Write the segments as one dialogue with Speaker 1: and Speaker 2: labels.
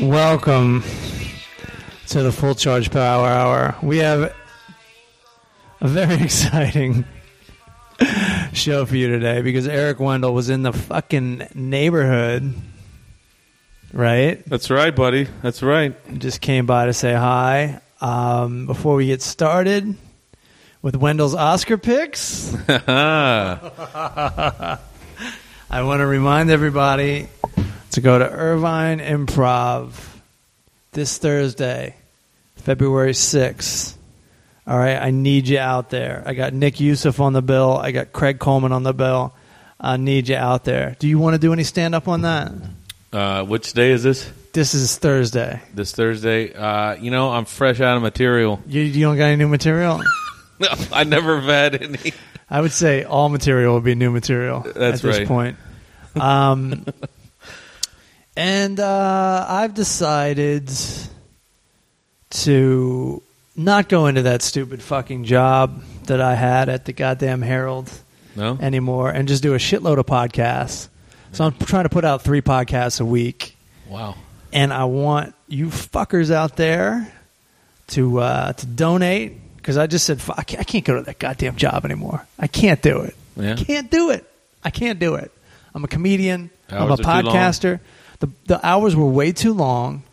Speaker 1: Welcome to the Full Charge Power Hour. We have a very exciting show for you today because Eric Wendell was in the fucking neighborhood, right?
Speaker 2: That's right, buddy. That's right.
Speaker 1: Just came by to say hi. Um, before we get started with Wendell's Oscar picks,
Speaker 2: Uh,
Speaker 1: I want to remind everybody to go to Irvine Improv this Thursday, February 6th. All right, I need you out there. I got Nick Youssef on the bill. I got Craig Coleman on the bill. I need you out there. Do you want to do any stand up on that?
Speaker 2: Uh, which day is this?
Speaker 1: This is Thursday.
Speaker 2: This Thursday. Uh, you know, I'm fresh out of material.
Speaker 1: You, you don't got any new material?
Speaker 2: I never have had any.
Speaker 1: I would say all material would be new material
Speaker 2: That's
Speaker 1: at this
Speaker 2: right.
Speaker 1: point. Um, and uh, I've decided to not go into that stupid fucking job that I had at the goddamn Herald
Speaker 2: No.
Speaker 1: anymore and just do a shitload of podcasts. So I'm trying to put out three podcasts a week
Speaker 2: Wow.
Speaker 1: and I want you fuckers out there to uh, to donate because I just said "Fuck, I can't- I can't go to that goddamn job anymore. I can't do it.
Speaker 2: Yeah.
Speaker 1: Can't do it. I can't do it. I'm a comedian. I'm a
Speaker 2: Hours are too long.
Speaker 1: podcaster. The the hours were way too long.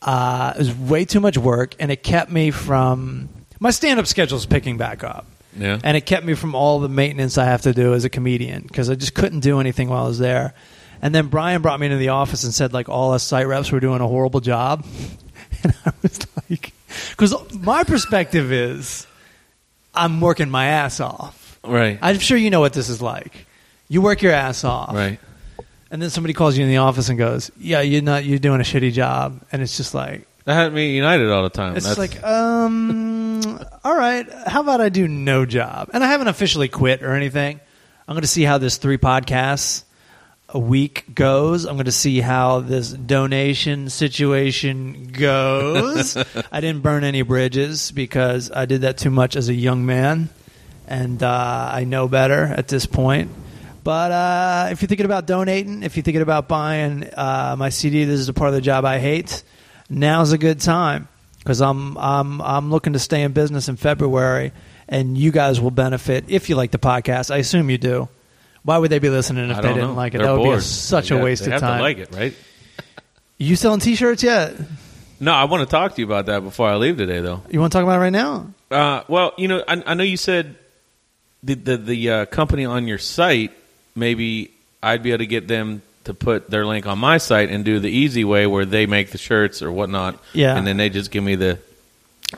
Speaker 1: Uh, it was way too much work, and it kept me from my stand up schedule's picking back up.
Speaker 2: Yeah.
Speaker 1: And it kept me from all the maintenance I have to do as a comedian because I just couldn't do anything while I was there. And then Brian brought me into the office and said, like, all us site reps were doing a horrible job. And I was like, because my perspective is I'm working my ass off.
Speaker 2: Right.
Speaker 1: I'm sure you know what this is like. You work your ass off.
Speaker 2: right.
Speaker 1: And then somebody calls you in the office and goes, yeah, you're not, you're doing a shitty job. And it's just like,
Speaker 2: That had me united all the time.
Speaker 1: it's
Speaker 2: That's-
Speaker 1: like, um, all right, how about I do no job? And I haven't officially quit or anything. I'm going to see how this three podcasts a week goes. I'm going to see how this donation situation goes. I didn't burn any bridges because I did that too much as a young man, and uh, I know better at this point. But uh, if you're thinking about donating, if you're thinking about buying uh, my CD, this is the part of the job I hate. Now's a good time because I'm I'm I'm looking to stay in business in February, and you guys will benefit if you like the podcast. I assume you do. Why would they be listening if
Speaker 2: I
Speaker 1: they
Speaker 2: don't
Speaker 1: didn't
Speaker 2: know.
Speaker 1: like it?
Speaker 2: They're
Speaker 1: that would be
Speaker 2: bored.
Speaker 1: a- such
Speaker 2: They
Speaker 1: a
Speaker 2: got-
Speaker 1: waste
Speaker 2: they
Speaker 1: of
Speaker 2: have to
Speaker 1: time.
Speaker 2: like it, right?
Speaker 1: You selling T-shirts yet?
Speaker 2: No, I want to talk to you about that before I leave today, though.
Speaker 1: You want to talk about it right now?
Speaker 2: Uh, well, you know, I, I know you said the the, the uh, company on your site. Maybe I'd be able to get them to put their link on my site and do the easy way where they make the shirts or whatnot.
Speaker 1: Yeah.
Speaker 2: and then they just give me the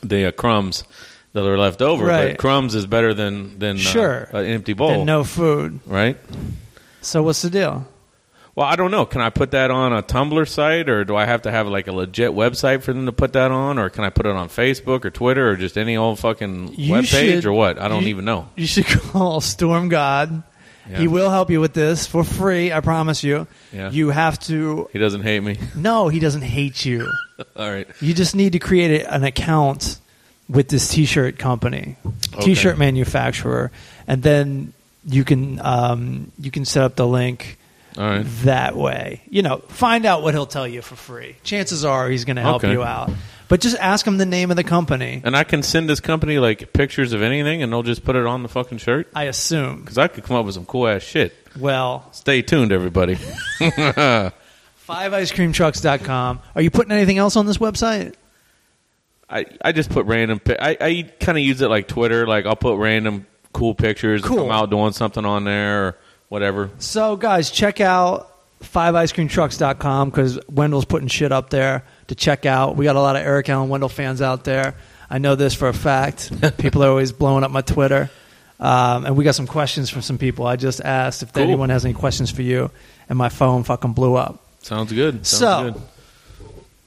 Speaker 2: the uh, crumbs that are left over.
Speaker 1: Right.
Speaker 2: But crumbs is better than than uh,
Speaker 1: Sure.
Speaker 2: an empty bowl.
Speaker 1: And no food.
Speaker 2: right.
Speaker 1: So what's the deal?
Speaker 2: Well, I don't know. Can I put that on a Tumblr site, or do I have to have like a legit website for them to put that on, or can I put it on Facebook or Twitter or just any old fucking
Speaker 1: You
Speaker 2: webpage
Speaker 1: should-
Speaker 2: or what? I don't
Speaker 1: you-
Speaker 2: even know.
Speaker 1: You should call Storm God. He
Speaker 2: Yeah.
Speaker 1: will help you with this for free. I promise you.
Speaker 2: Yeah.
Speaker 1: You have to.
Speaker 2: He doesn't hate me.
Speaker 1: No, he doesn't hate you.
Speaker 2: All right.
Speaker 1: You just need to create a- an account with this T-shirt company, T-shirt manufacturer, and then you can um, you can set up the link
Speaker 2: All right.
Speaker 1: that way. You know, find out what he'll tell you for free. Chances are he's going to help
Speaker 2: Okay.
Speaker 1: you out, but just ask him the name of the company.
Speaker 2: And I can send this company like pictures of anything, and they'll just put it on the fucking shirt
Speaker 1: I assume.
Speaker 2: because I could come up with some cool ass shit.
Speaker 1: Well,
Speaker 2: Stay tuned, everybody.
Speaker 1: fiveicecreamtrucks.com. Are you putting anything else on this website?
Speaker 2: I I just put random. Pi- I I kind of use it like Twitter. Like I'll put random cool pictures.
Speaker 1: Cool.
Speaker 2: If I'm out doing something on there or whatever.
Speaker 1: So, guys, check out fiveicecreamtrucks.com because Wendell's putting shit up there to check out. We got a lot of Eric Allen Wendell fans out there. I know this for a fact. people are always blowing up my Twitter. Um, and we got some questions from some people. I just asked if
Speaker 2: Cool.
Speaker 1: anyone has any questions for you, and my phone fucking blew up.
Speaker 2: Sounds good. Sounds
Speaker 1: So-
Speaker 2: good.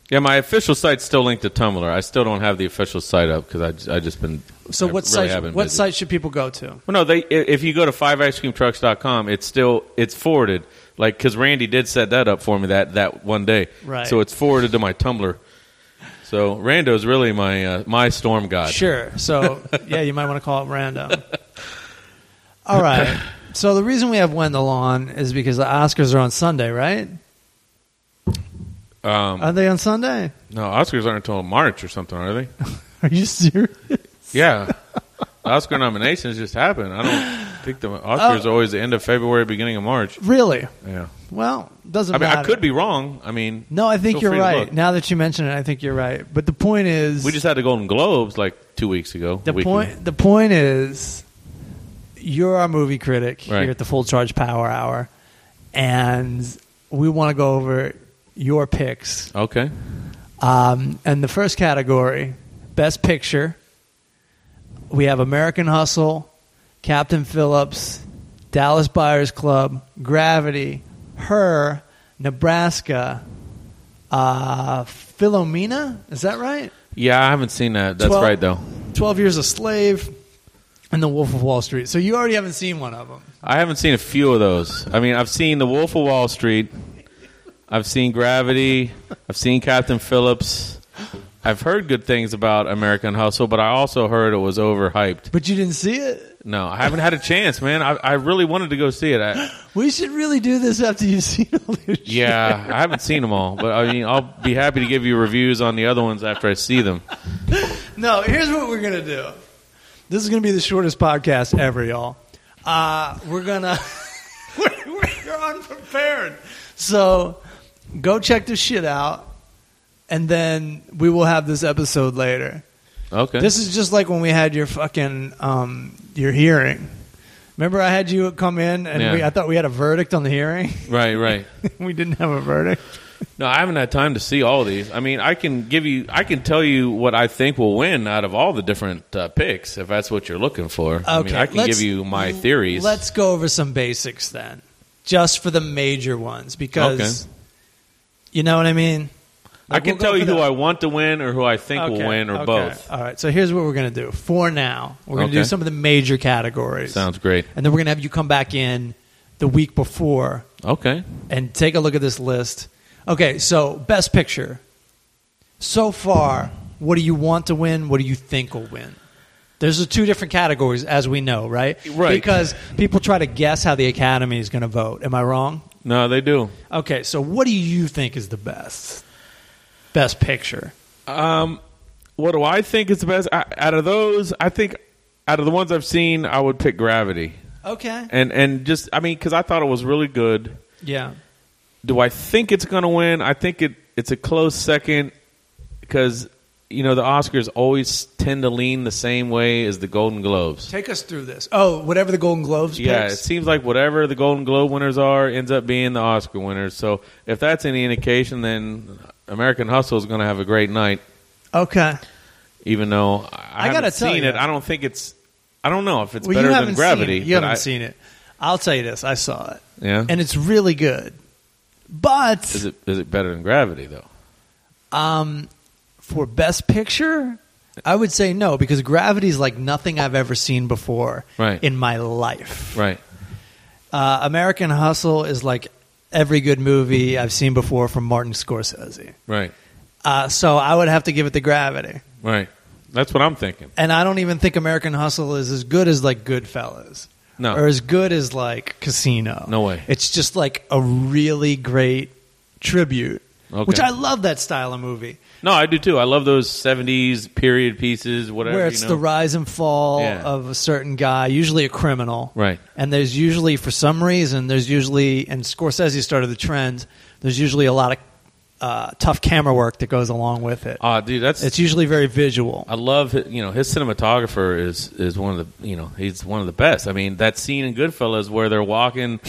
Speaker 2: Yeah, my official site's still linked to Tumblr. I still don't have the official site up because I, I just been
Speaker 1: So,
Speaker 2: I
Speaker 1: what,
Speaker 2: really have
Speaker 1: site,
Speaker 2: been
Speaker 1: what
Speaker 2: busy.
Speaker 1: site should people go to?
Speaker 2: Well, no, they i- if you go to fiveicecreamtrucks.com, it's still it's forwarded. Like cuz Randy did set that up for me that that one day.
Speaker 1: Right.
Speaker 2: So it's forwarded to my Tumblr. So Rando's really my uh, my storm god.
Speaker 1: Sure. So yeah, you might want to call it random. All right. So the reason we have Wendell on is because the Oscars are on Sunday, right?
Speaker 2: Um,
Speaker 1: Are they on Sunday?
Speaker 2: no, Oscars aren't until March or something, are they?
Speaker 1: Are you serious?
Speaker 2: Yeah. The Oscar nominations just happen. I don't think the
Speaker 1: Oh.
Speaker 2: Oscars are always the end of February, beginning of March.
Speaker 1: Really?
Speaker 2: Yeah.
Speaker 1: Well, doesn't
Speaker 2: I mean,
Speaker 1: matter.
Speaker 2: I could be wrong. I mean,
Speaker 1: No, I think
Speaker 2: feel
Speaker 1: you're
Speaker 2: free to
Speaker 1: right.
Speaker 2: look.
Speaker 1: Now that you mention it, I think you're right. But the point is,
Speaker 2: we just had the Golden Globes like two weeks ago.
Speaker 1: the
Speaker 2: week ago.
Speaker 1: point. The point is, you're our movie critic
Speaker 2: Right.
Speaker 1: here at the Full Charge Power Hour, and we want to go over your picks.
Speaker 2: Okay.
Speaker 1: Um, and the first category, Best Picture, we have American Hustle, Captain Phillips, Dallas Buyers Club, Gravity, Her, Nebraska, uh, Philomena. Is that right?
Speaker 2: Yeah, I haven't seen that. That's
Speaker 1: 12
Speaker 2: right, though.
Speaker 1: Twelve Years a Slave, and The Wolf of Wall Street. So you already haven't seen one of them.
Speaker 2: I haven't seen a few of those. I mean, I've seen The Wolf of Wall Street. I've seen Gravity. I've seen Captain Phillips. I've heard good things about American Hustle, but I also heard it was overhyped.
Speaker 1: But you didn't see it.
Speaker 2: No, I haven't had a chance, man. I, I really wanted to go see it. I,
Speaker 1: We should really do this after you've seen all this. shit.
Speaker 2: yeah, I haven't seen them all, but I mean, I'll be happy to give you reviews on the other ones after I see them.
Speaker 1: No, here's what we're gonna do. This is gonna be the shortest podcast ever, y'all. Uh, we're gonna we're, we're, you're unprepared, so go check this shit out, and then we will have this episode later.
Speaker 2: Okay.
Speaker 1: This is just like when we had your fucking um, your hearing. Remember, I had you come in, and we,
Speaker 2: Yeah.
Speaker 1: I thought we had a verdict on the hearing.
Speaker 2: right, right.
Speaker 1: we didn't have a verdict.
Speaker 2: No, I haven't had time to see all of these. I mean, I can give you, I can tell you what I think will win out of all the different uh, picks, if that's what you're looking for. I mean, I can
Speaker 1: let's-
Speaker 2: give you my theories.
Speaker 1: Let's go over some basics then, just for the major ones, because you know what I mean.
Speaker 2: I
Speaker 1: Like,
Speaker 2: can
Speaker 1: we'll go
Speaker 2: tell you
Speaker 1: for
Speaker 2: who
Speaker 1: the-
Speaker 2: I want to win or who I think
Speaker 1: Okay,
Speaker 2: will win or
Speaker 1: okay.
Speaker 2: both.
Speaker 1: All right. So here's what we're gonna do for now. We're gonna do
Speaker 2: Okay.
Speaker 1: some of the major categories,
Speaker 2: Sounds great.
Speaker 1: and then we're gonna have you come back in the week before
Speaker 2: Okay.
Speaker 1: and take a look at this list. Okay. So best picture. So far, what do you want to win? What do you think will win? There's the two different categories, as we know, right?
Speaker 2: Right.
Speaker 1: Because people try to guess how the Academy is going to vote. Am I wrong?
Speaker 2: No, they do.
Speaker 1: Okay, so what do you think is the best? Best picture.
Speaker 2: Um, what do I think is the best? I, out of those, I think out of the ones I've seen, I would pick Gravity.
Speaker 1: Okay.
Speaker 2: And and just I mean, because I thought it was really good.
Speaker 1: Yeah.
Speaker 2: Do I think it's going to win? I think it it's a close second because you know the Oscars always tend to lean the same way as the Golden Globes.
Speaker 1: Take us through this. Oh, whatever the Golden Globes
Speaker 2: Yeah, it
Speaker 1: picks.
Speaker 2: seems like whatever the Golden Globe winners are ends up being the Oscar winners. So if that's any indication, then American Hustle is going to have a great night.
Speaker 1: Okay.
Speaker 2: Even though
Speaker 1: I
Speaker 2: I,
Speaker 1: gotta
Speaker 2: haven't
Speaker 1: tell
Speaker 2: seen
Speaker 1: you.
Speaker 2: it, I don't think it's. I don't know if it's
Speaker 1: Well,
Speaker 2: better
Speaker 1: you
Speaker 2: than
Speaker 1: haven't
Speaker 2: Gravity.
Speaker 1: Seen it. You
Speaker 2: but
Speaker 1: haven't
Speaker 2: I-
Speaker 1: seen it. I'll tell you this. I saw it,
Speaker 2: Yeah,
Speaker 1: and it's really good. But
Speaker 2: is it is it better than Gravity though?
Speaker 1: Um, for best picture, I would say no because Gravity's like nothing I've ever seen before
Speaker 2: Right.
Speaker 1: in my life.
Speaker 2: Right.
Speaker 1: Uh, American Hustle is like every good movie I've seen before from Martin Scorsese.
Speaker 2: Right.
Speaker 1: Uh, so I would have to give it to Gravity,
Speaker 2: Right. That's what I'm thinking.
Speaker 1: and I don't even think American Hustle is as good as like Goodfellas.
Speaker 2: No.
Speaker 1: Or as good as like Casino.
Speaker 2: No way.
Speaker 1: It's just like a really great tribute,
Speaker 2: Okay.
Speaker 1: which I love that style of movie.
Speaker 2: No, I do too. I love those '70s period pieces, whatever.
Speaker 1: where it's
Speaker 2: you know.
Speaker 1: the rise and fall
Speaker 2: Yeah.
Speaker 1: of a certain guy, usually a criminal.
Speaker 2: Right.
Speaker 1: And there's usually, for some reason, there's usually, and Scorsese started the trend, there's usually a lot of uh, tough camera work that goes along with it.
Speaker 2: Ah, dude, that's.
Speaker 1: It's usually very visual.
Speaker 2: I love hi- you know his cinematographer is is one of the you know he's one of the best. I mean that scene in Goodfellas where they're walking,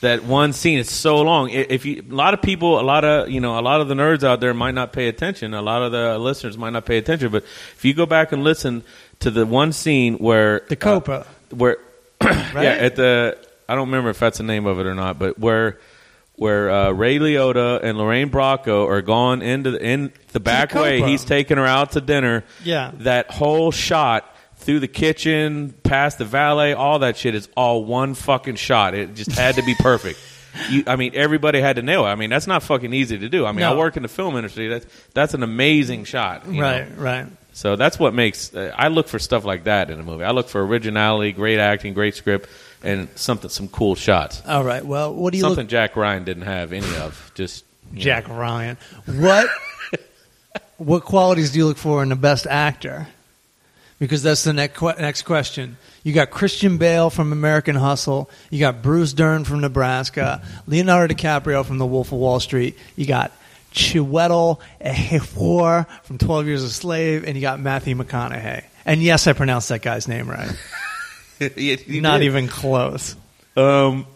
Speaker 2: that one scene is so long. I- If you a lot of people, a lot of you know a lot of the nerds out there might not pay attention. A lot of the listeners might not pay attention, but if you go back and listen to the one scene where uh,
Speaker 1: The Copa.
Speaker 2: where
Speaker 1: Right?
Speaker 2: yeah at the I don't remember if that's the name of it or not, but where where uh, Ray Liotta and Lorraine Bracco are going into the, in the back way,
Speaker 1: Copa.
Speaker 2: he's taking her out to dinner.
Speaker 1: Yeah.
Speaker 2: that whole shot through the kitchen, past the valet, all that shit is all one fucking shot. It just had to be perfect. You, I mean, everybody had to nail it. I mean, that's not fucking easy to do. I mean,
Speaker 1: No.
Speaker 2: I work in the film industry. That's that's an amazing shot. you know?
Speaker 1: right, right.
Speaker 2: So that's what makes uh, I look for stuff like that in a movie. I look for originality, great acting, great script, and something some cool shots.
Speaker 1: All right. Well, what do you
Speaker 2: Something
Speaker 1: look?
Speaker 2: Jack Ryan didn't have any of. Just
Speaker 1: Jack Ryan. What what qualities do you look for in the best actor? Because that's the next que- next question. You got Christian Bale from American Hustle. You got Bruce Dern from Nebraska. Leonardo DiCaprio from The Wolf of Wall Street. You got Chiwetel Ejiofor from Twelve Years a Slave, and you got Matthew McConaughey. And yes, I pronounced that guy's name right.
Speaker 2: You- you
Speaker 1: Not
Speaker 2: did.
Speaker 1: even close.
Speaker 2: Um,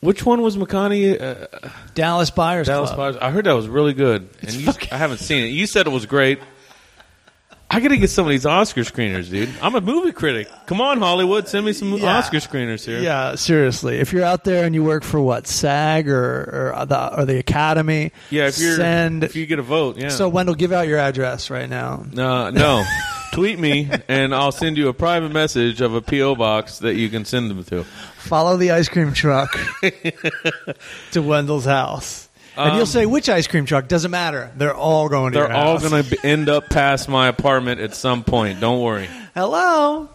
Speaker 2: which one was McConaughey? Uh,
Speaker 1: Dallas Buyers
Speaker 2: Dallas
Speaker 1: Club.
Speaker 2: Buyers. I heard that was really good, and
Speaker 1: It's
Speaker 2: you,
Speaker 1: fucking-
Speaker 2: I haven't seen it. You said it was great. I gotta get some of these Oscar screeners, dude. I'm a movie critic. Come on, Hollywood, send me some
Speaker 1: Yeah.
Speaker 2: Oscar screeners here.
Speaker 1: Yeah, seriously. If you're out there and you work for what SAG or or the, or the Academy,
Speaker 2: yeah. If you're,
Speaker 1: send.
Speaker 2: if you get a vote, yeah.
Speaker 1: So Wendell, give out your address right now.
Speaker 2: Uh, no. Tweet me, and I'll send you a private message of a PO box that you can send them to.
Speaker 1: Follow the ice cream truck to Wendell's house, and you'll
Speaker 2: Um,
Speaker 1: say which ice cream truck. Doesn't matter. They're all going to.
Speaker 2: They're
Speaker 1: your
Speaker 2: all
Speaker 1: house.
Speaker 2: gonna be, end up past my apartment at some point. Don't worry.
Speaker 1: Hello.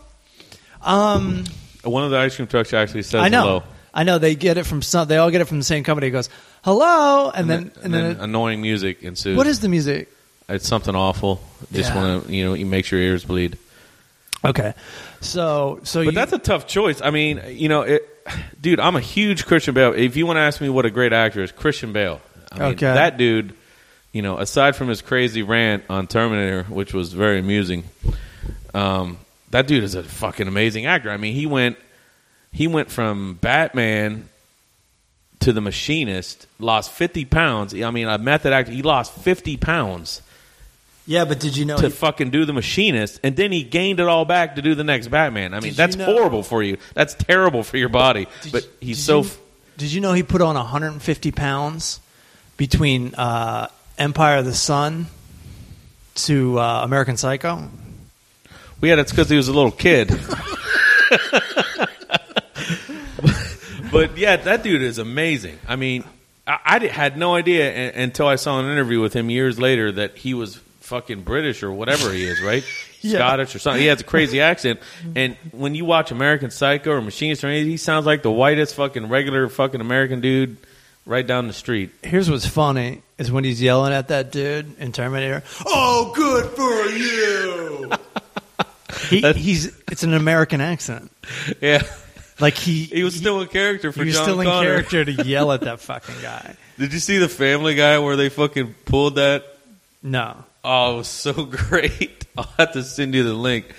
Speaker 1: Um,
Speaker 2: One of the ice cream trucks actually says
Speaker 1: I know.
Speaker 2: hello.
Speaker 1: I know they get it from some. They all get it from the same company. It goes hello, and, then and then, it-
Speaker 2: annoying music ensues.
Speaker 1: what is the music?
Speaker 2: It's something awful. Just
Speaker 1: Yeah.
Speaker 2: want to you know you makes your ears bleed.
Speaker 1: Okay, so so
Speaker 2: But
Speaker 1: you,
Speaker 2: that's a tough choice. I mean, you know, it, dude, I'm a huge Christian Bale. If you want to ask me what a great actor is, Christian Bale. I mean,
Speaker 1: Okay.
Speaker 2: that dude. You know, aside from his crazy rant on Terminator, which was very amusing, um, that dude is a fucking amazing actor. I mean, he went he went from Batman to the Machinist, lost fifty pounds. I mean, a method actor, he lost fifty pounds.
Speaker 1: yeah. But did you know?
Speaker 2: to fucking do the machinist and then he gained it all back to do the next batman i mean
Speaker 1: Did
Speaker 2: that's
Speaker 1: you know-
Speaker 2: horrible for you that's terrible for your body
Speaker 1: Did
Speaker 2: but
Speaker 1: you-
Speaker 2: he's
Speaker 1: did
Speaker 2: so
Speaker 1: you- did you know he put on 150 pounds between uh, Empire of the Sun to uh, American Psycho?
Speaker 2: we had it's because he was a little kid but yeah that dude is amazing i mean i, I di- had no idea a- until i saw an interview with him years later that he was fucking british or whatever he is right
Speaker 1: Yeah.
Speaker 2: Scottish or something. He has a crazy accent, and when you watch American Psycho or Machinist or anything, he sounds like the whitest fucking regular fucking American dude right down the street.
Speaker 1: Here's what's funny is when he's yelling at that dude in Terminator. Oh, good for you. he, he's it's an American accent.
Speaker 2: Yeah,
Speaker 1: Like he
Speaker 2: he was still in character for
Speaker 1: he was
Speaker 2: John
Speaker 1: still in
Speaker 2: Connor.
Speaker 1: character to yell at that fucking guy.
Speaker 2: Did you see the Family Guy where they fucking pulled that?
Speaker 1: No.
Speaker 2: Oh, it was so great! I'll have to send you the link.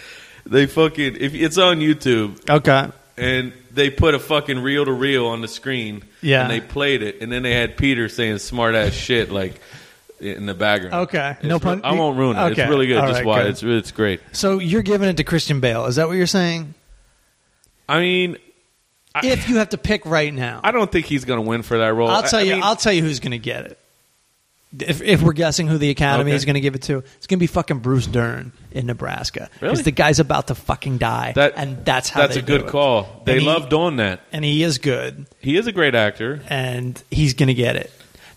Speaker 2: They fucking if it's on YouTube
Speaker 1: Okay.
Speaker 2: and they put a fucking reel to reel on the screen.
Speaker 1: Yeah.
Speaker 2: and they played it, and then they had Peter saying smart ass shit like in the background.
Speaker 1: Okay.
Speaker 2: It's
Speaker 1: No
Speaker 2: re-
Speaker 1: pun-
Speaker 2: I won't ruin it.
Speaker 1: Okay.
Speaker 2: It's really good.
Speaker 1: All
Speaker 2: Just
Speaker 1: right,
Speaker 2: why
Speaker 1: good.
Speaker 2: it's it's great.
Speaker 1: So you're giving it to Christian Bale. Is that what you're saying?
Speaker 2: I mean, I-
Speaker 1: if you have to pick right now.
Speaker 2: I don't think he's going to win for that role.
Speaker 1: I'll
Speaker 2: I-
Speaker 1: tell
Speaker 2: I
Speaker 1: you.
Speaker 2: mean-
Speaker 1: I'll tell you who's going to get it. If, if we're guessing who the Academy
Speaker 2: Okay.
Speaker 1: is going to give it to, it's going to be fucking Bruce Dern in Nebraska. Because
Speaker 2: Really?
Speaker 1: the guy's about to fucking die,
Speaker 2: That-
Speaker 1: and that's how
Speaker 2: that's
Speaker 1: they
Speaker 2: a good
Speaker 1: do it.
Speaker 2: call. They
Speaker 1: And he-
Speaker 2: love doing that.
Speaker 1: and he is good,
Speaker 2: He is a great actor.
Speaker 1: and he's going to get it.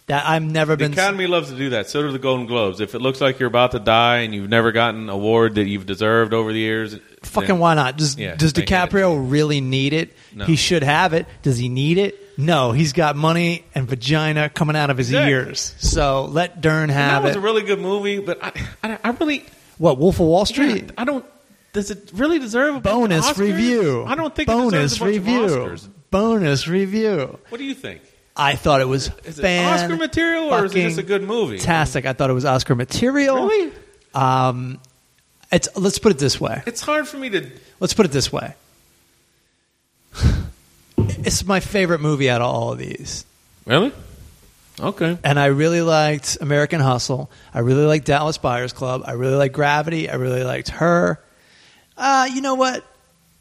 Speaker 1: That I've never
Speaker 2: The
Speaker 1: been.
Speaker 2: Academy loves to do that. So do the Golden Globes. If it looks like you're about to die and you've never gotten an award that you've deserved over the years,
Speaker 1: fucking
Speaker 2: then-
Speaker 1: why not? Does
Speaker 2: Yeah,
Speaker 1: does
Speaker 2: they hand it to
Speaker 1: DiCaprio really need it?
Speaker 2: No.
Speaker 1: He should have it. Does he need it? No, he's got money and vagina coming out of his
Speaker 2: Exactly.
Speaker 1: ears. So let Dern
Speaker 2: that
Speaker 1: have it.
Speaker 2: was a really good movie. But I, I, I really,
Speaker 1: what Wolf of Wall Street?
Speaker 2: I don't. Does it really deserve a bunch of
Speaker 1: Bonus
Speaker 2: Oscars?
Speaker 1: review.
Speaker 2: I don't think
Speaker 1: bonus
Speaker 2: it deserves a bunch of
Speaker 1: review.
Speaker 2: Oscars.
Speaker 1: Bonus review.
Speaker 2: What do you think?
Speaker 1: I thought it was
Speaker 2: Is it Oscar material or is it just a good movie?
Speaker 1: Fantastic. I thought it was Oscar material.
Speaker 2: Really?
Speaker 1: Um, it's let's put it this way.
Speaker 2: It's hard for me to.
Speaker 1: Let's put it this way. It's my favorite movie out of all of these.
Speaker 2: Really? Okay.
Speaker 1: And I really liked American Hustle. I really liked Dallas Buyers Club. I really liked Gravity. I really liked her. Uh, you know what?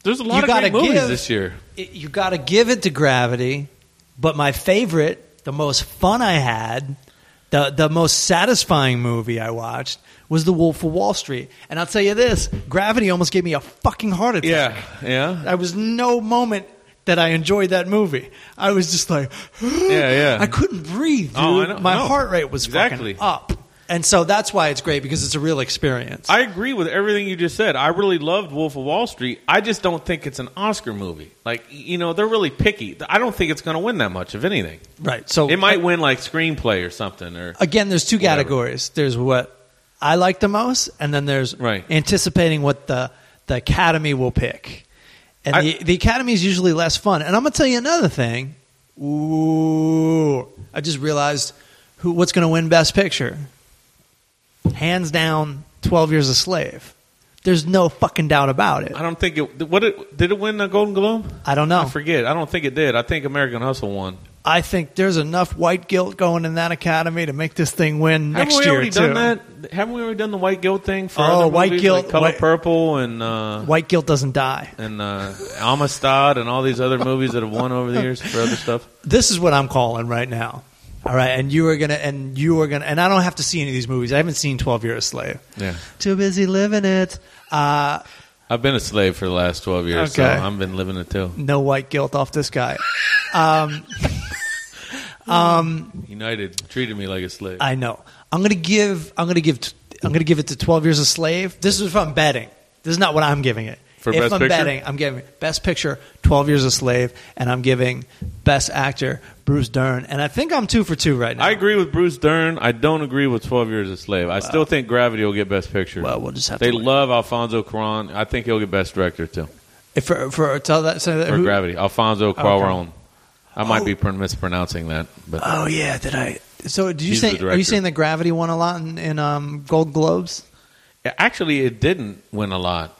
Speaker 2: There's a
Speaker 1: You
Speaker 2: lot of
Speaker 1: gotta
Speaker 2: great movies
Speaker 1: give-
Speaker 2: this year.
Speaker 1: it, you got to give it to gravity. But my favorite, the most fun I had, the the most satisfying movie I watched was The Wolf of Wall Street. And I'll tell you this, Gravity almost gave me a fucking heart attack.
Speaker 2: Yeah. Yeah.
Speaker 1: I was no moment that I enjoyed that movie. I was just like,
Speaker 2: yeah.
Speaker 1: I couldn't breathe. Dude.
Speaker 2: Oh, I know-
Speaker 1: My
Speaker 2: no.
Speaker 1: heart rate was
Speaker 2: Exactly.
Speaker 1: fucking up. And so that's why it's great because it's a real experience.
Speaker 2: I agree with everything you just said. I really loved Wolf of Wall Street. I just don't think it's an Oscar movie. Like, you know, they're really picky. I don't think it's going to win that much, if anything.
Speaker 1: right. So
Speaker 2: It might win like screenplay or something. Or
Speaker 1: again, there's two
Speaker 2: Whatever.
Speaker 1: categories. There's what I like the most, and then there's
Speaker 2: Right.
Speaker 1: anticipating what the the Academy will pick. And
Speaker 2: I-
Speaker 1: the, the Academy is usually less fun. And I'm gonna tell you another thing. Ooh, I just realized who what's gonna win Best Picture? Hands down, Twelve Years a Slave. There's no fucking doubt about it.
Speaker 2: I don't think it. What it, did it win the Golden Globe?
Speaker 1: I don't know.
Speaker 2: I forget. I don't think it did. I think American Hustle won.
Speaker 1: I think there's enough white guilt going in that Academy to make this thing win next
Speaker 2: Haven't we
Speaker 1: year
Speaker 2: already
Speaker 1: too.
Speaker 2: done that? Haven't we already done the white guilt thing for
Speaker 1: Oh,
Speaker 2: other
Speaker 1: White
Speaker 2: movies,
Speaker 1: Guilt,
Speaker 2: like Color
Speaker 1: White-
Speaker 2: Purple and uh,
Speaker 1: White guilt doesn't die.
Speaker 2: and uh, Amistad and all these other movies that have won over the years for other stuff?
Speaker 1: this is what I'm calling right now. All right, and you are gonna, and you are gonna, and I don't have to see any of these movies. I haven't seen Twelve Years a Slave.
Speaker 2: Yeah,
Speaker 1: Too busy living it. Uh,
Speaker 2: I've been a slave for the last twelve years, so
Speaker 1: Okay.
Speaker 2: I've been living it too.
Speaker 1: no white guilt off this guy.
Speaker 2: United treated me like a slave.
Speaker 1: I know. I'm gonna give. I'm gonna give. t- I'm gonna give it to Twelve Years a Slave. This is if I'm betting. This is not what I'm giving it.
Speaker 2: For
Speaker 1: if
Speaker 2: Best
Speaker 1: I'm
Speaker 2: Picture?
Speaker 1: betting, I'm giving Best Picture, Twelve Years a Slave, and I'm giving Best Actor Bruce Dern. And I think I'm two for two right now.
Speaker 2: I agree with Bruce Dern. I don't agree with Twelve Years a Slave. I still think Gravity will get Best Picture.
Speaker 1: Well, we'll just have
Speaker 2: they
Speaker 1: to wait.
Speaker 2: love Alfonso Cuarón. I think he'll get Best Director too
Speaker 1: If- for for tell that. Say that
Speaker 2: for
Speaker 1: who-
Speaker 2: Gravity. Alfonso Cuarón. I might
Speaker 1: Oh.
Speaker 2: be pron- mispronouncing that, but
Speaker 1: Oh yeah, did I? So did you
Speaker 2: He's
Speaker 1: say? Are
Speaker 2: the
Speaker 1: you
Speaker 2: director.
Speaker 1: saying that Gravity won a lot in, in um, Gold Globes?
Speaker 2: actually, it didn't win a lot.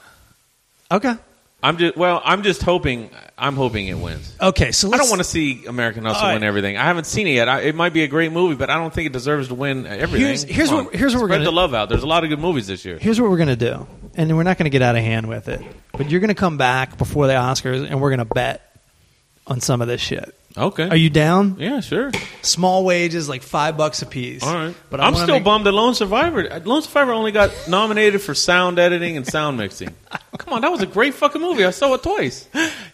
Speaker 1: Okay.
Speaker 2: I'm just well. I'm just hoping. I'm hoping it wins.
Speaker 1: Okay. So
Speaker 2: I
Speaker 1: let's,
Speaker 2: don't want to see American Hustle
Speaker 1: All right.
Speaker 2: win everything. I haven't seen it yet. I, it might be a great movie, but I don't think it deserves to win everything.
Speaker 1: Here's- here's
Speaker 2: Come on.
Speaker 1: what- here's what we're
Speaker 2: Spread
Speaker 1: gonna-
Speaker 2: the love out. There's a lot of good movies this year.
Speaker 1: Here's what we're gonna do, and we're not gonna get out of hand with it. But you're gonna come back before the Oscars, and we're gonna bet on some of this shit.
Speaker 2: Okay.
Speaker 1: Are you down?
Speaker 2: yeah, sure.
Speaker 1: Small wages, like five bucks a piece.
Speaker 2: All right.
Speaker 1: But
Speaker 2: But
Speaker 1: I
Speaker 2: I'm
Speaker 1: wanna
Speaker 2: still
Speaker 1: make-
Speaker 2: bummed that Lone Survivor. Lone Survivor only got nominated for sound editing and sound mixing. Come on, that was a great fucking movie. I saw it twice.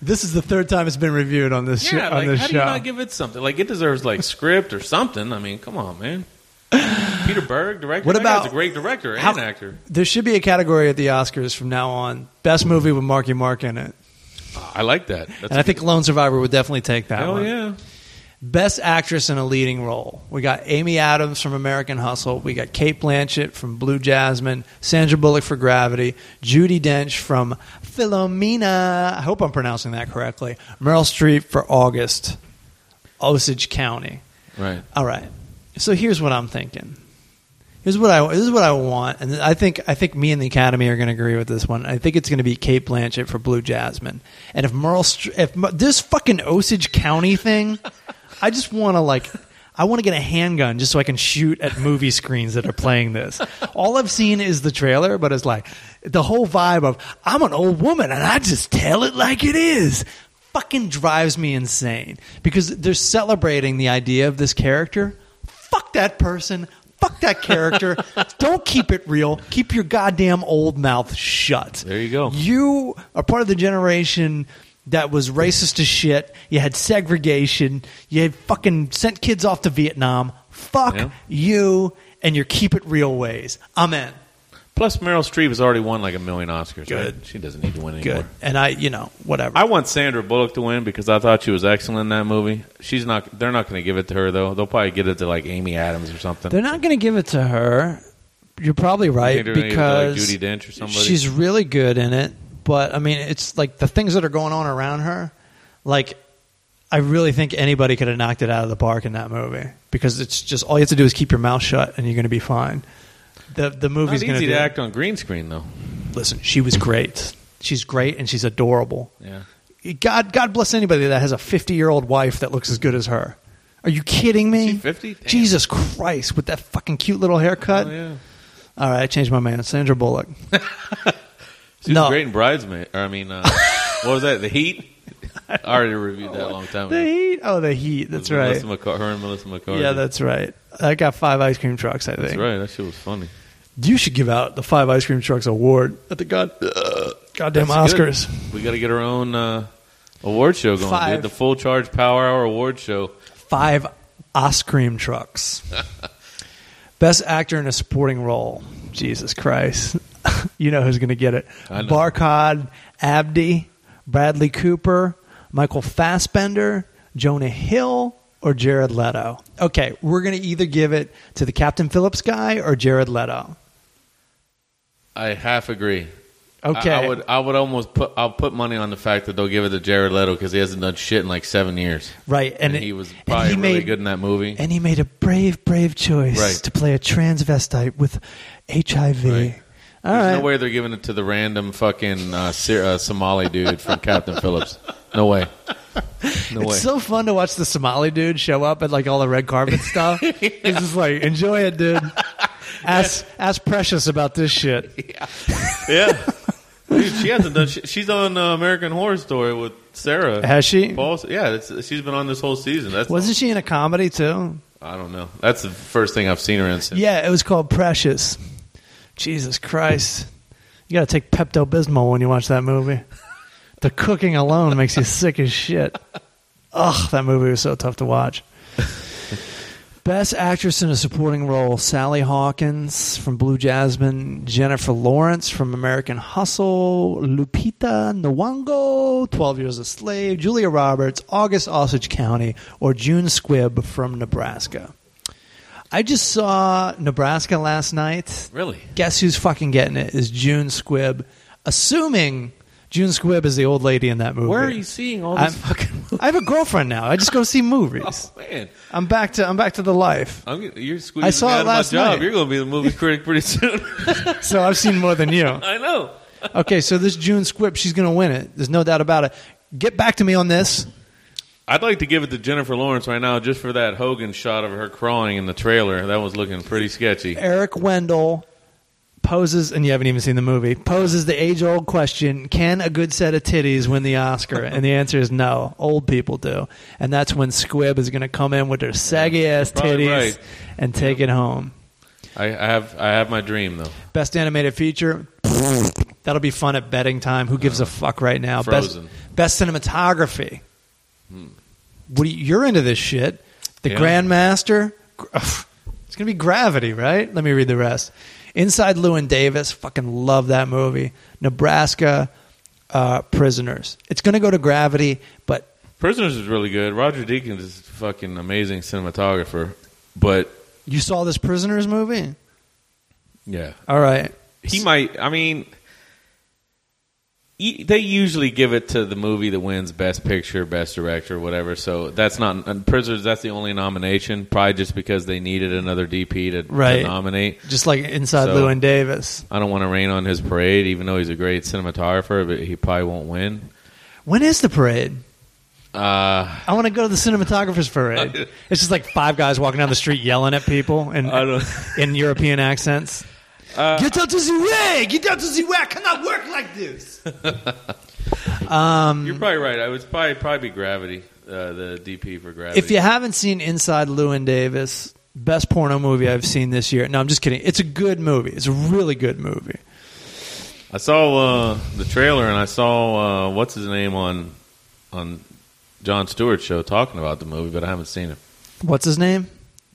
Speaker 1: This is the third time it's been reviewed on this
Speaker 2: Yeah,
Speaker 1: show, on
Speaker 2: like
Speaker 1: this
Speaker 2: how do
Speaker 1: show.
Speaker 2: you not give it something? Like it deserves like script or something. I mean, come on, man. Peter Berg, director.
Speaker 1: What
Speaker 2: That guy's
Speaker 1: about-
Speaker 2: a great director and
Speaker 1: How-
Speaker 2: actor?
Speaker 1: there should be a category at the Oscars from now on: best movie with Marky Mark in it.
Speaker 2: I like that. That's
Speaker 1: And I think Lone Survivor would definitely take that
Speaker 2: hell
Speaker 1: one.
Speaker 2: yeah.
Speaker 1: Best actress in a leading role. We got Amy Adams from American Hustle. We got Kate Blanchett from Blue Jasmine. Sandra Bullock for Gravity. Judy Dench from Philomena. I hope I'm pronouncing that correctly. Meryl Streep for August. Osage County.
Speaker 2: Right.
Speaker 1: All right. So here's what I'm thinking. Here's what I this is what I want, and I think I think me and the Academy are going to agree with this one. I think it's going to be Kate Blanchett for Blue Jasmine, and if Merle, Str- if Mer- this fucking Osage County thing, I just want to like. I want to get a handgun just so I can shoot at movie screens that are playing this. All I've seen is the trailer, but it's like the whole vibe of I'm an old woman and I just tell it like it is fucking drives me insane because they're celebrating the idea of this character. Fuck that person. Fuck that character. Don't keep it real. Keep your goddamn old mouth shut.
Speaker 2: There you go.
Speaker 1: You are part of the generation that was racist as shit. You had segregation. You had fucking sent kids off to Vietnam. Fuck
Speaker 2: Yeah.
Speaker 1: you and your keep it real ways. I'm in.
Speaker 2: Plus, Meryl Streep has already won like a million Oscars.
Speaker 1: Good.
Speaker 2: right? She doesn't need to win anymore.
Speaker 1: Good. And I, you know, whatever.
Speaker 2: I want Sandra Bullock to win because I thought she was excellent in that movie. She's not. They're not going to give it to her though. They'll probably give it to like Amy Adams or something.
Speaker 1: They're not going to give it to her. You're probably right
Speaker 2: think they're gonna give it to, like,
Speaker 1: because
Speaker 2: Judi Dench or somebody?
Speaker 1: she's really good in it. But I mean, it's like the things that are going on around her. Like, I really think anybody could have knocked it out of the park in that movie because it's just all you have to do is keep your mouth shut and you're going to be fine. The the
Speaker 2: not
Speaker 1: movie's
Speaker 2: easy
Speaker 1: going
Speaker 2: to
Speaker 1: do it.
Speaker 2: act on green screen though.
Speaker 1: Listen, she was great. She's great and she's adorable.
Speaker 2: Yeah.
Speaker 1: God God bless anybody that has a 50 year old wife that looks as good as her. Are you kidding me?
Speaker 2: Is she 50? Damn.
Speaker 1: Jesus Christ, with that fucking cute little haircut.
Speaker 2: Oh, yeah.
Speaker 1: All right, I changed my mind. Sandra Bullock.
Speaker 2: She was
Speaker 1: No.
Speaker 2: great in Bridesmaid. Or, I mean, uh, what was that? The Heat. I already reviewed that a long time
Speaker 1: the
Speaker 2: ago.
Speaker 1: heat. Oh, the heat. That's
Speaker 2: It was
Speaker 1: right.
Speaker 2: Melissa McCar- her and Melissa McCarthy.
Speaker 1: Yeah, that's right. I got five ice cream trucks. I think.
Speaker 2: That's right. That shit was funny.
Speaker 1: You should give out the five ice cream trucks award at the god uh, goddamn
Speaker 2: That's good.
Speaker 1: Oscars.
Speaker 2: We got to get our own uh, award show going,
Speaker 1: Five.
Speaker 2: dude. The Full Charge Power Hour Award Show.
Speaker 1: Five ice cream trucks. Best actor in a supporting role. Jesus Christ. you know who's going to get it.
Speaker 2: I know.
Speaker 1: Barkhad Abdi, Bradley Cooper, Michael Fassbender, Jonah Hill, or Jared Leto. Okay, we're going to either give it to the Captain Phillips guy or Jared Leto.
Speaker 2: I half agree.
Speaker 1: Okay.
Speaker 2: I, I would. I would almost put. I'll put money on the fact that they'll give it to Jared Leto because he hasn't done shit in like seven years,
Speaker 1: right. And,
Speaker 2: and,
Speaker 1: it-
Speaker 2: he was
Speaker 1: and
Speaker 2: probably
Speaker 1: he
Speaker 2: really
Speaker 1: made-
Speaker 2: good in that movie.
Speaker 1: And he made a brave, brave choice
Speaker 2: Right.
Speaker 1: to play a transvestite with HIV.
Speaker 2: Right.
Speaker 1: All
Speaker 2: There's
Speaker 1: right.
Speaker 2: no way they're giving it to the random fucking uh, Sy- uh, Somali dude from Captain Phillips. No way. No way.
Speaker 1: It's so fun to watch the Somali dude show up at like all the red carpet stuff. He's just like, enjoy it, dude. Ask ask Precious about this shit.
Speaker 2: yeah. Dude, she hasn't done. Shit. She's on uh, American Horror Story with Sarah.
Speaker 1: Has she?
Speaker 2: Paul- yeah, it's, she's been on this whole season. That's
Speaker 1: Wasn't she in a comedy too?
Speaker 2: I don't know. That's the first thing I've seen her in. Since.
Speaker 1: Yeah, it was called Precious. Jesus Christ. You got to take Pepto Bismol when you watch that movie. The cooking alone makes you sick as shit. Ugh, that movie was so tough to watch. Best actress in a supporting role Sally Hawkins from Blue Jasmine, Jennifer Lawrence from American Hustle, Lupita Nyongo, 12 Years a Slave, Julia Roberts, August Osage County, or June Squibb from Nebraska. I just saw Nebraska last night.
Speaker 2: Really?
Speaker 1: Guess who's fucking getting it is June Squibb, assuming June Squibb is the old lady in that movie.
Speaker 2: Where are you seeing all this
Speaker 1: I'm-
Speaker 2: fucking?
Speaker 1: I have a girlfriend now. I just go see movies.
Speaker 2: Oh, man,
Speaker 1: I'm back to I'm back to the life.
Speaker 2: I'm, gonna- you're squeezing
Speaker 1: I saw
Speaker 2: me
Speaker 1: it
Speaker 2: out
Speaker 1: last
Speaker 2: of my job.
Speaker 1: night.
Speaker 2: You're going to be the movie critic pretty soon.
Speaker 1: So I've seen more than you.
Speaker 2: I know.
Speaker 1: Okay, so this June Squibb, she's going to win it. There's no doubt about it. Get back to me on this.
Speaker 2: I'd like to give it to Jennifer Lawrence right now, just for that Hogan shot of her crawling in the trailer. That was looking pretty sketchy.
Speaker 1: Eric Wendell poses, and you haven't even seen the movie, poses the age old question Can a good set of titties win the Oscar? And the answer is no. Old people do. And that's when Squibb is going to come in with her saggy ass
Speaker 2: probably
Speaker 1: titties
Speaker 2: right.
Speaker 1: and take it home.
Speaker 2: I, I have I have my dream though.
Speaker 1: Best animated feature. That'll be fun at betting time. Who gives a fuck right now?
Speaker 2: Uh, Frozen. Hmm.
Speaker 1: Best, best cinematography. What do you, you're into this shit. The
Speaker 2: Yeah.
Speaker 1: Grandmaster. Gr- It's gonna be Gravity, right? Let me read the rest. Inside Lewin Davis. Fucking love that movie. Nebraska uh, Prisoners. It's gonna go to Gravity, but
Speaker 2: Prisoners is really good. Roger Deakins is a fucking amazing cinematographer. But
Speaker 1: you saw this Prisoners movie.
Speaker 2: yeah,
Speaker 1: All right.
Speaker 2: he might. I mean, e- they usually give it to the movie that wins Best Picture, Best Director, whatever. So that's not and Prisoners. That's the only nomination, probably just because they needed another DP to, to
Speaker 1: Right.
Speaker 2: nominate.
Speaker 1: Just like Inside
Speaker 2: So-
Speaker 1: Lewin Davis.
Speaker 2: I don't want to rain on his parade, even though he's a great cinematographer, but he probably won't win.
Speaker 1: When is the parade?
Speaker 2: Uh,
Speaker 1: I want to go to the cinematographer's parade. It's just like five guys walking down the street yelling at people in,
Speaker 2: I don't-
Speaker 1: in European accents.
Speaker 2: Uh,
Speaker 1: get out to the way! Get out to the way! I cannot work like this.
Speaker 2: you're probably right. I would probably probably be Gravity, uh, the DP for Gravity.
Speaker 1: If you haven't seen Inside Lewin Davis, best porno movie I've seen this year. No, I'm just kidding. It's a good movie. It's a really good movie.
Speaker 2: I saw uh, the trailer and I saw uh, what's his name on on John Stewart's show talking about the movie, but I haven't seen it.
Speaker 1: What's his name?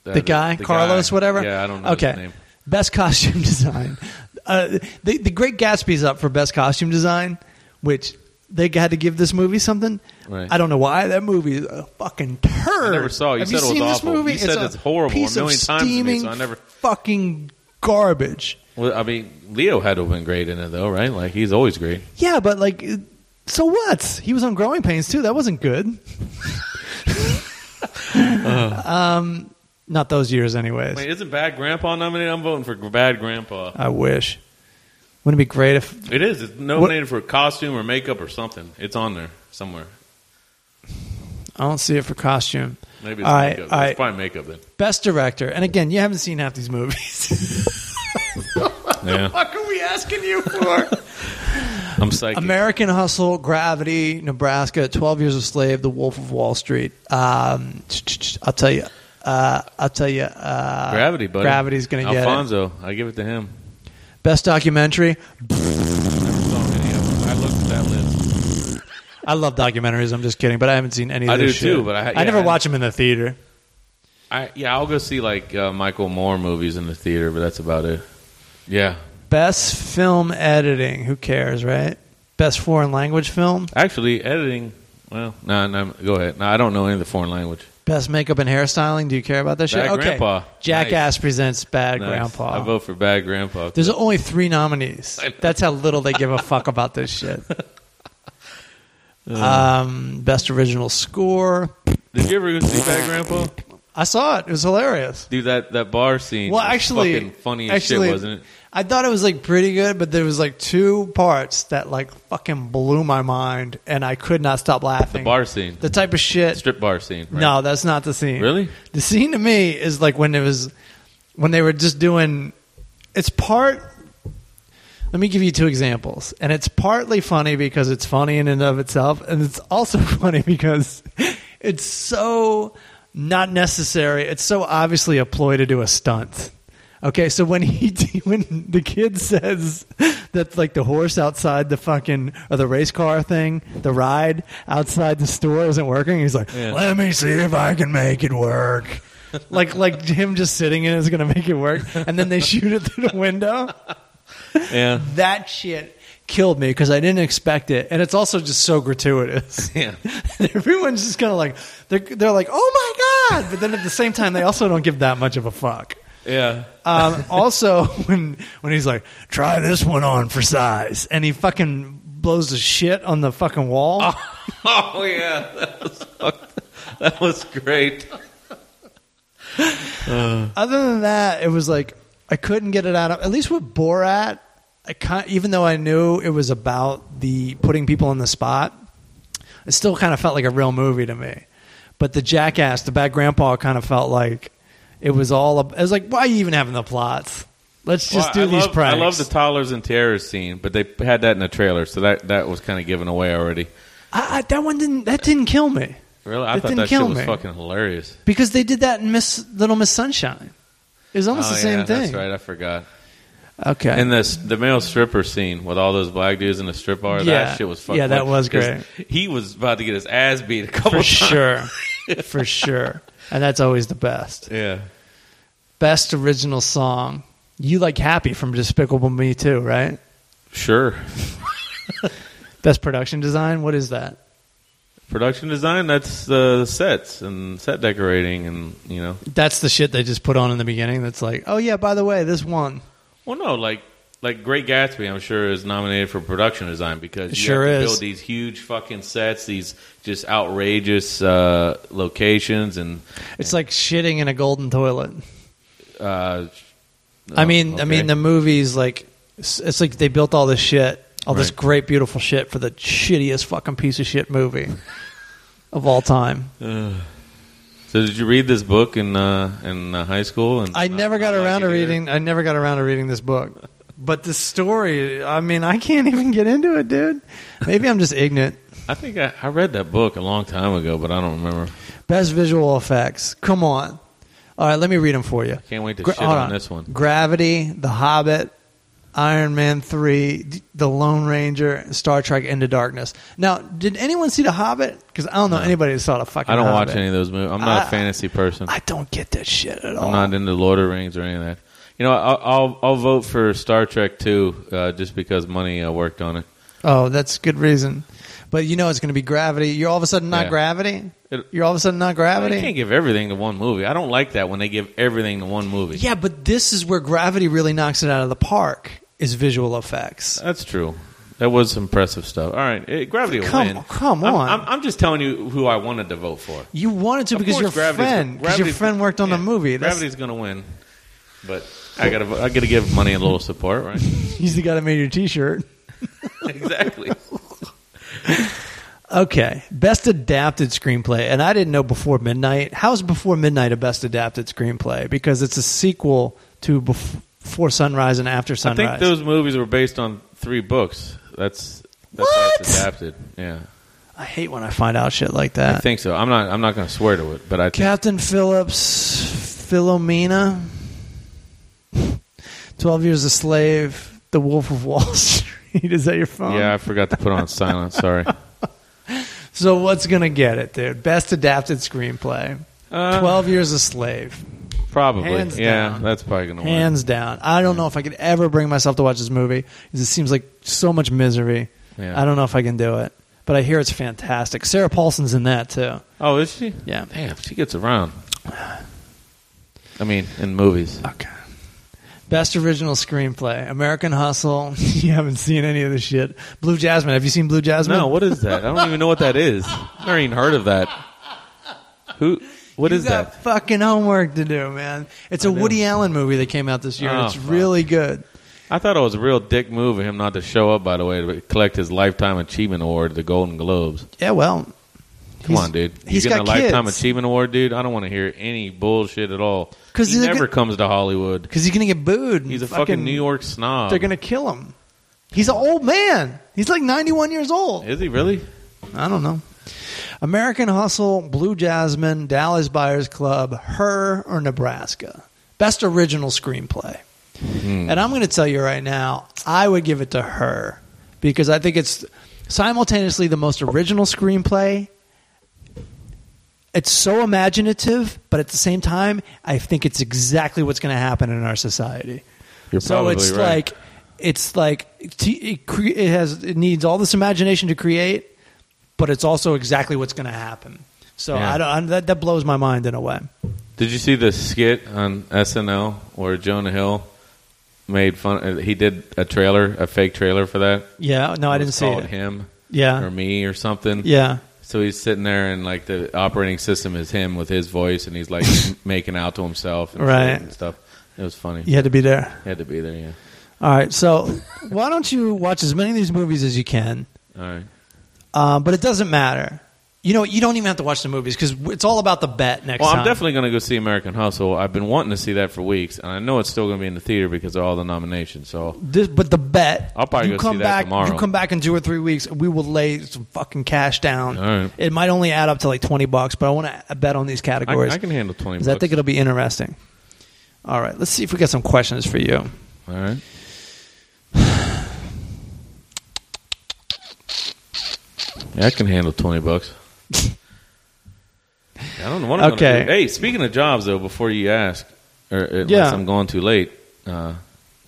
Speaker 2: That-
Speaker 1: the guy,
Speaker 2: the
Speaker 1: Carlos,
Speaker 2: guy.
Speaker 1: whatever.
Speaker 2: Yeah, I don't know his
Speaker 1: Okay,
Speaker 2: name.
Speaker 1: best costume design. Uh, the, the Great Gatsby's up for best costume design, which they had to give this movie something.
Speaker 2: Right.
Speaker 1: I don't know why that movie is a fucking turd.
Speaker 2: never saw it. You
Speaker 1: Have
Speaker 2: said it was
Speaker 1: seen
Speaker 2: awful.
Speaker 1: This movie?
Speaker 2: You said it's horrible a
Speaker 1: piece of
Speaker 2: million times to me,
Speaker 1: steaming
Speaker 2: so I never-
Speaker 1: fucking garbage.
Speaker 2: Well, I mean, Leo had to have been great in it though, right? Like he's always great.
Speaker 1: Yeah, but like, so what? He was on Growing Pains too. That wasn't good. um, Um, not those years, anyways.
Speaker 2: Uh. Wait, isn't Bad Grandpa nominated? I'm voting for Bad Grandpa.
Speaker 1: I wish. Wouldn't it be great if
Speaker 2: It is. It's nominated for costume or makeup or something. It's on there somewhere.
Speaker 1: I don't see it for costume?
Speaker 2: Maybe it's
Speaker 1: all right,
Speaker 2: makeup.
Speaker 1: all
Speaker 2: It's
Speaker 1: right.
Speaker 2: probably makeup then.
Speaker 1: Best director, and again, you haven't seen half these movies.
Speaker 2: Yeah,
Speaker 1: Fuck, are we asking you for?
Speaker 2: I'm psychic.
Speaker 1: American Hustle, Gravity, Nebraska, Twelve Years a Slave, The Wolf of Wall Street. Um, I'll tell you. Uh, I'll tell you. Uh,
Speaker 2: Gravity, buddy.
Speaker 1: Gravity's going to get it.
Speaker 2: Alfonso. I give it to him.
Speaker 1: Best documentary.
Speaker 2: I looked at that list.
Speaker 1: I love documentaries. I'm just kidding, but I haven't seen any. Of
Speaker 2: I
Speaker 1: this
Speaker 2: do too,
Speaker 1: shit.
Speaker 2: but I-
Speaker 1: I
Speaker 2: yeah,
Speaker 1: never
Speaker 2: I-
Speaker 1: watch them in the theater.
Speaker 2: I yeah, I'll go see like uh, Michael Moore movies in the theater, but that's about it. Yeah,
Speaker 1: Best film editing. Who cares, right? Best foreign language film.
Speaker 2: actually, editing. Well, no, no, go ahead. No, I don't know any of the foreign language.
Speaker 1: Best makeup and hairstyling. Do you care about that shit?
Speaker 2: Bad Grandpa.
Speaker 1: Jackass presents Bad
Speaker 2: Nice.
Speaker 1: Grandpa.
Speaker 2: I vote for Bad Grandpa.
Speaker 1: There's only three nominees.
Speaker 2: I know.
Speaker 1: That's how little they give a fuck about this shit. um, best original score.
Speaker 2: Did you ever go see Bad Grandpa?
Speaker 1: I saw it. It was hilarious.
Speaker 2: Dude, that, that bar scene.
Speaker 1: Well,
Speaker 2: was
Speaker 1: actually,
Speaker 2: fucking funny as
Speaker 1: actually,
Speaker 2: shit, wasn't it?
Speaker 1: I thought it was like pretty good, but there was like two parts that like fucking blew my mind, and I could not stop laughing.
Speaker 2: The bar scene,
Speaker 1: the type of shit.
Speaker 2: strip bar scene. Right?
Speaker 1: No, that's not the scene.
Speaker 2: Really?
Speaker 1: The scene to me is like when it was when they were just doing it's part let me give you two examples. And it's partly funny because it's funny in and of itself, and it's also funny because it's so not necessary. It's so obviously a ploy to do a stunt. Okay, so when he when the kid says that like the horse outside the fucking or the race car thing, the ride outside the store isn't working, he's like,
Speaker 2: Yeah.
Speaker 1: "Let me see if I can make it work." like like him just sitting in it is gonna make it work, and then they shoot it through the window
Speaker 2: Yeah.
Speaker 1: that shit killed me because I didn't expect it, and it's also just so gratuitous.
Speaker 2: Yeah.
Speaker 1: Everyone's just kind of like they're they're like, oh my god! But then at the same time, they also don't give that much of a fuck.
Speaker 2: Yeah.
Speaker 1: Um, also, when when he's like, try this one on for size, and he fucking blows the shit on the fucking wall.
Speaker 2: Oh, yeah. That was, fucked. that was great.
Speaker 1: Other than that, it was like I couldn't get it out of. At least with Borat, I kind even though I knew it was about the putting people on the spot, it still kind of felt like a real movie to me. But the Jackass, the Bad Grandpa, kind of felt like it was all. ab- It was like, why are you even having the plots? Let's just do
Speaker 2: Well, I
Speaker 1: these
Speaker 2: love,
Speaker 1: pranks.
Speaker 2: I love the toddlers and terrorists scene, but they had that in the trailer, so that, that was kind of given away already.
Speaker 1: I, I, that one didn't. That didn't kill me
Speaker 2: Really? I
Speaker 1: That
Speaker 2: thought
Speaker 1: didn't
Speaker 2: that shit
Speaker 1: kill
Speaker 2: was
Speaker 1: me.
Speaker 2: fucking hilarious.
Speaker 1: because they did that in Miss Little Miss Sunshine. It was almost
Speaker 2: oh,
Speaker 1: the same
Speaker 2: yeah,
Speaker 1: thing.
Speaker 2: That's right. I forgot.
Speaker 1: Okay.
Speaker 2: And this the male stripper scene with all those black dudes in the strip bar,
Speaker 1: Yeah.
Speaker 2: that shit was fucking
Speaker 1: Yeah, that was
Speaker 2: because He was about to get his ass beat a couple
Speaker 1: for
Speaker 2: times.
Speaker 1: sure, for sure, and that's always the best.
Speaker 2: Yeah.
Speaker 1: Best original song. You like Happy from Despicable Me too, right?
Speaker 2: Sure.
Speaker 1: Best production design. What is that?
Speaker 2: Production design, that's uh, sets and set decorating and, you know.
Speaker 1: That's the shit they just put on in the beginning. That's like, oh yeah, by the way, this one
Speaker 2: Well, no, like like Great Gatsby, I'm sure is nominated for production design because
Speaker 1: It
Speaker 2: you
Speaker 1: sure
Speaker 2: have to
Speaker 1: is.
Speaker 2: build these huge fucking sets, these just outrageous uh, locations and
Speaker 1: it's like shitting in a golden toilet.
Speaker 2: uh,
Speaker 1: I mean, I
Speaker 2: okay.
Speaker 1: mean, the movies like it's it's like they built all this shit, all this
Speaker 2: Right.
Speaker 1: great beautiful shit for the shittiest fucking piece of shit movie of all time.
Speaker 2: So did you read this book in uh, in uh, high school? And
Speaker 1: I never got
Speaker 2: I like
Speaker 1: around to
Speaker 2: it either.
Speaker 1: reading. I never got around to reading this book. But the story, I mean, I can't even get into it, dude. Maybe I'm just ignorant.
Speaker 2: I think I, I read that book a long time ago, but I don't remember.
Speaker 1: Best visual effects. Come on. All right, let me read them for you.
Speaker 2: Can't wait to
Speaker 1: Gra-
Speaker 2: shit
Speaker 1: hold
Speaker 2: on this one.
Speaker 1: Gravity, The Hobbit, Iron Man 3, D- The Lone Ranger, Star Trek Into Darkness. Now, did anyone see The Hobbit? Because I don't know anybody that saw The fucking
Speaker 2: I don't
Speaker 1: Hobbit.
Speaker 2: watch any of those movies. I'm not a
Speaker 1: I-
Speaker 2: fantasy person.
Speaker 1: I don't get that shit at all.
Speaker 2: I'm not into Lord of the Rings or any of that. You know, I'll I'll, I'll vote for Star Trek too, uh, just because money uh, worked on it.
Speaker 1: Oh, that's good reason. But you know it's going to be gravity. You're all of a sudden not
Speaker 2: Yeah.
Speaker 1: gravity.
Speaker 2: It-
Speaker 1: You're all of a sudden not
Speaker 2: They can't
Speaker 1: gravity.
Speaker 2: give everything to one movie. I don't like that when they give everything to one movie.
Speaker 1: Yeah, but this is where gravity really knocks it out of the park. Is visual effects.
Speaker 2: That's true. That was impressive stuff. All right, eh, Gravity will
Speaker 1: Come-
Speaker 2: win.
Speaker 1: come
Speaker 2: I'm-
Speaker 1: on.
Speaker 2: I'm, I'm just telling you who I wanted to vote for.
Speaker 1: You wanted to
Speaker 2: Of
Speaker 1: because
Speaker 2: course
Speaker 1: your
Speaker 2: Gravity's-
Speaker 1: friend, because your
Speaker 2: Gravity's-
Speaker 1: friend worked on the
Speaker 2: yeah,
Speaker 1: movie. That's,
Speaker 2: Gravity's going to win, but I got to I got to give money a little support, right?
Speaker 1: he's the guy that made your T-shirt.
Speaker 2: exactly.
Speaker 1: Okay, best adapted screenplay, and I didn't know Before Midnight. How is Before Midnight a best adapted screenplay? Because it's a sequel to Bef- Before Sunrise and After
Speaker 2: I
Speaker 1: Sunrise.
Speaker 2: think those movies were based on three books. That's that's how it's
Speaker 1: What?
Speaker 2: adapted. Yeah,
Speaker 1: I hate when I find out shit like
Speaker 2: I
Speaker 1: that.
Speaker 2: think so. I'm not I'm not going to swear to it, but I think
Speaker 1: Captain Phillips, Philomena, Twelve Years a Slave, The Wolf of Wall Street. Is that your phone?
Speaker 2: yeah, I forgot to put on silent. Sorry.
Speaker 1: So what's gonna get it, dude? Best adapted screenplay.
Speaker 2: Uh,
Speaker 1: Twelve years a slave,
Speaker 2: Probably.
Speaker 1: Hands
Speaker 2: yeah,
Speaker 1: down.
Speaker 2: that's probably going to win.
Speaker 1: hands down. I don't know if I could ever bring myself to watch this movie. 'cause It seems like so much misery.
Speaker 2: Yeah.
Speaker 1: I don't know if I can do it, but I hear it's fantastic. Sarah Paulson's in that too.
Speaker 2: Oh, is she?
Speaker 1: Yeah.
Speaker 2: Damn, she gets around. I mean, in movies.
Speaker 1: Okay. Best original screenplay: American Hustle. you haven't seen any of this shit. Blue Jasmine. Have you seen Blue Jasmine?
Speaker 2: No, what is that? I don't even know what that is. I've never even heard of that. Who? What
Speaker 1: You
Speaker 2: is
Speaker 1: got
Speaker 2: that?
Speaker 1: Fucking homework to do, man. It's a Woody Allen movie that came out this year.
Speaker 2: Oh,
Speaker 1: it's
Speaker 2: fuck.
Speaker 1: really good.
Speaker 2: I thought it was a real dick move of him not to show up. By the way, to collect his lifetime achievement award, at the Golden Globes.
Speaker 1: Yeah, well,
Speaker 2: Come
Speaker 1: he's-
Speaker 2: on, dude. You
Speaker 1: he's
Speaker 2: getting
Speaker 1: got
Speaker 2: a lifetime
Speaker 1: kids.
Speaker 2: achievement award, dude. I don't want to hear any bullshit at all.
Speaker 1: 'Cause
Speaker 2: he
Speaker 1: he's a
Speaker 2: never
Speaker 1: good-
Speaker 2: comes to Hollywood.
Speaker 1: because he's gonna get booed. and
Speaker 2: He's a fucking, New York snob.
Speaker 1: They're gonna kill him. He's an old man. He's like ninety-one years old.
Speaker 2: Is he really?
Speaker 1: I don't know. American Hustle, Blue Jasmine, Dallas Buyers Club, Her, or Nebraska. Best original screenplay. And I'm going to tell you right now, I would give it to Her because I think it's simultaneously the most original screenplay. It's so imaginative, but at the same time, I think it's exactly what's going to happen in our society
Speaker 2: You're
Speaker 1: so it's like it's like t- it, cre- it has it needs all this imagination to create but it's also exactly what's going to happen so
Speaker 2: Yeah.
Speaker 1: i don't I, that, that blows my mind in a way
Speaker 2: Did you see the skit on SNL where Jonah Hill made fun? uh, He did a trailer, a fake trailer for that.
Speaker 1: yeah no i
Speaker 2: It
Speaker 1: didn't
Speaker 2: was
Speaker 1: see
Speaker 2: called
Speaker 1: it
Speaker 2: Him
Speaker 1: yeah
Speaker 2: or me or something.
Speaker 1: yeah
Speaker 2: So he's sitting there and like the operating system is him with his voice, and he's like making out to himself, and shit
Speaker 1: Right.
Speaker 2: And stuff. It was funny.
Speaker 1: you had to be there
Speaker 2: Had to be there. Yeah.
Speaker 1: all right so why don't you watch as many of these movies as you can
Speaker 2: All right.
Speaker 1: um, but it doesn't matter you know what? you don't even have to watch the movies because it's all about the bet next
Speaker 2: Well,
Speaker 1: time
Speaker 2: I'm definitely going to go see American Hustle. I've been wanting to see that for weeks, and I know it's still going to be in the theater because of all the nominations. So
Speaker 1: This, but the bet.
Speaker 2: I'll probably
Speaker 1: you
Speaker 2: go
Speaker 1: come
Speaker 2: see that
Speaker 1: back,
Speaker 2: tomorrow.
Speaker 1: You come back in two or three weeks, we will lay some fucking cash down.
Speaker 2: All right.
Speaker 1: It might only add up to like twenty bucks, but I want to bet on these
Speaker 2: I,
Speaker 1: categories
Speaker 2: I can handle twenty.
Speaker 1: because I
Speaker 2: bucks.
Speaker 1: think it'll be interesting. All right, let's see if we got some questions for you.
Speaker 2: All right. Yeah, I can handle twenty bucks. I don't know what I'm
Speaker 1: Okay.
Speaker 2: Gonna do. Hey, speaking of jobs, though, before you ask, or uh, unless
Speaker 1: Yeah.
Speaker 2: I'm going too late, uh,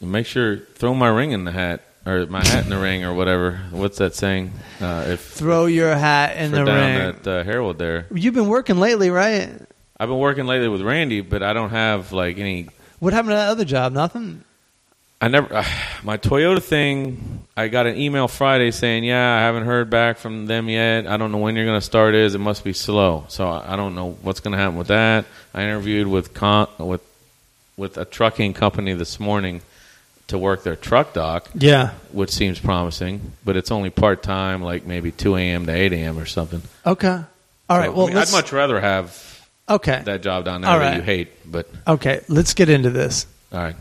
Speaker 2: make sure throw my ring in the hat or my hat in the ring or whatever. What's that saying? Uh, if
Speaker 1: Throw your hat in
Speaker 2: for
Speaker 1: the
Speaker 2: down
Speaker 1: ring.
Speaker 2: at uh, Harold there,
Speaker 1: You've been working lately, right?
Speaker 2: I've been working lately with Randy, but I don't have like any
Speaker 1: What happened to that other job? Nothing.
Speaker 2: I never my Toyota thing. I got an email Friday saying, "Yeah, I haven't heard back from them yet. I don't know when you're going to start. Is it must be slow. So I I don't know what's going to happen with that." I interviewed with con- with with a trucking company this morning to work their truck dock,
Speaker 1: Yeah.
Speaker 2: which seems promising, but it's only part time, like maybe two a.m. to eight a.m. or something.
Speaker 1: Okay. All right.
Speaker 2: So, I
Speaker 1: Well,
Speaker 2: mean,
Speaker 1: let's,
Speaker 2: I'd much rather have
Speaker 1: okay.
Speaker 2: that job down there
Speaker 1: All
Speaker 2: that
Speaker 1: right.
Speaker 2: you hate. But
Speaker 1: Okay. Let's get into this.
Speaker 2: all right,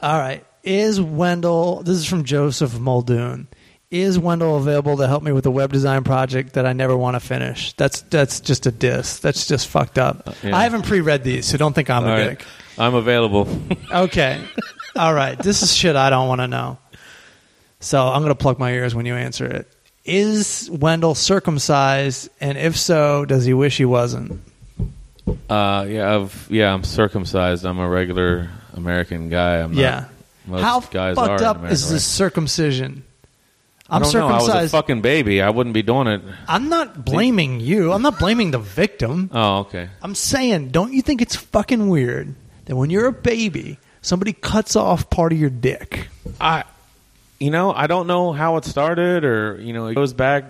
Speaker 1: All right. Is Wendell, this is from Joseph Muldoon. Is Wendell available to help me with a web design project that I never want to finish? That's that's just a diss. That's just fucked up.
Speaker 2: Uh, yeah.
Speaker 1: I haven't pre read these, so don't think I'm
Speaker 2: all
Speaker 1: a
Speaker 2: right,
Speaker 1: dick.
Speaker 2: I'm available.
Speaker 1: Okay. All right. This is shit I don't want to know. So I'm going to plug my ears when you answer it. Is Wendell circumcised? And if so, does he wish he wasn't?
Speaker 2: Uh, yeah, I've, yeah, I'm circumcised. I'm a regular American guy. I'm not-
Speaker 1: yeah.
Speaker 2: most
Speaker 1: How
Speaker 2: guys are
Speaker 1: fucked
Speaker 2: in
Speaker 1: up
Speaker 2: America,
Speaker 1: is this circumcision?
Speaker 2: I
Speaker 1: I'm
Speaker 2: don't know. I was a
Speaker 1: circumcised.
Speaker 2: fucking baby. I wouldn't be doing it.
Speaker 1: I'm not blaming you. I'm not blaming the victim.
Speaker 2: Oh, okay.
Speaker 1: I'm saying, don't you think it's fucking weird that when you're a baby, somebody cuts off part of your dick?
Speaker 2: I, you know, I don't know how it started, or you know, it goes back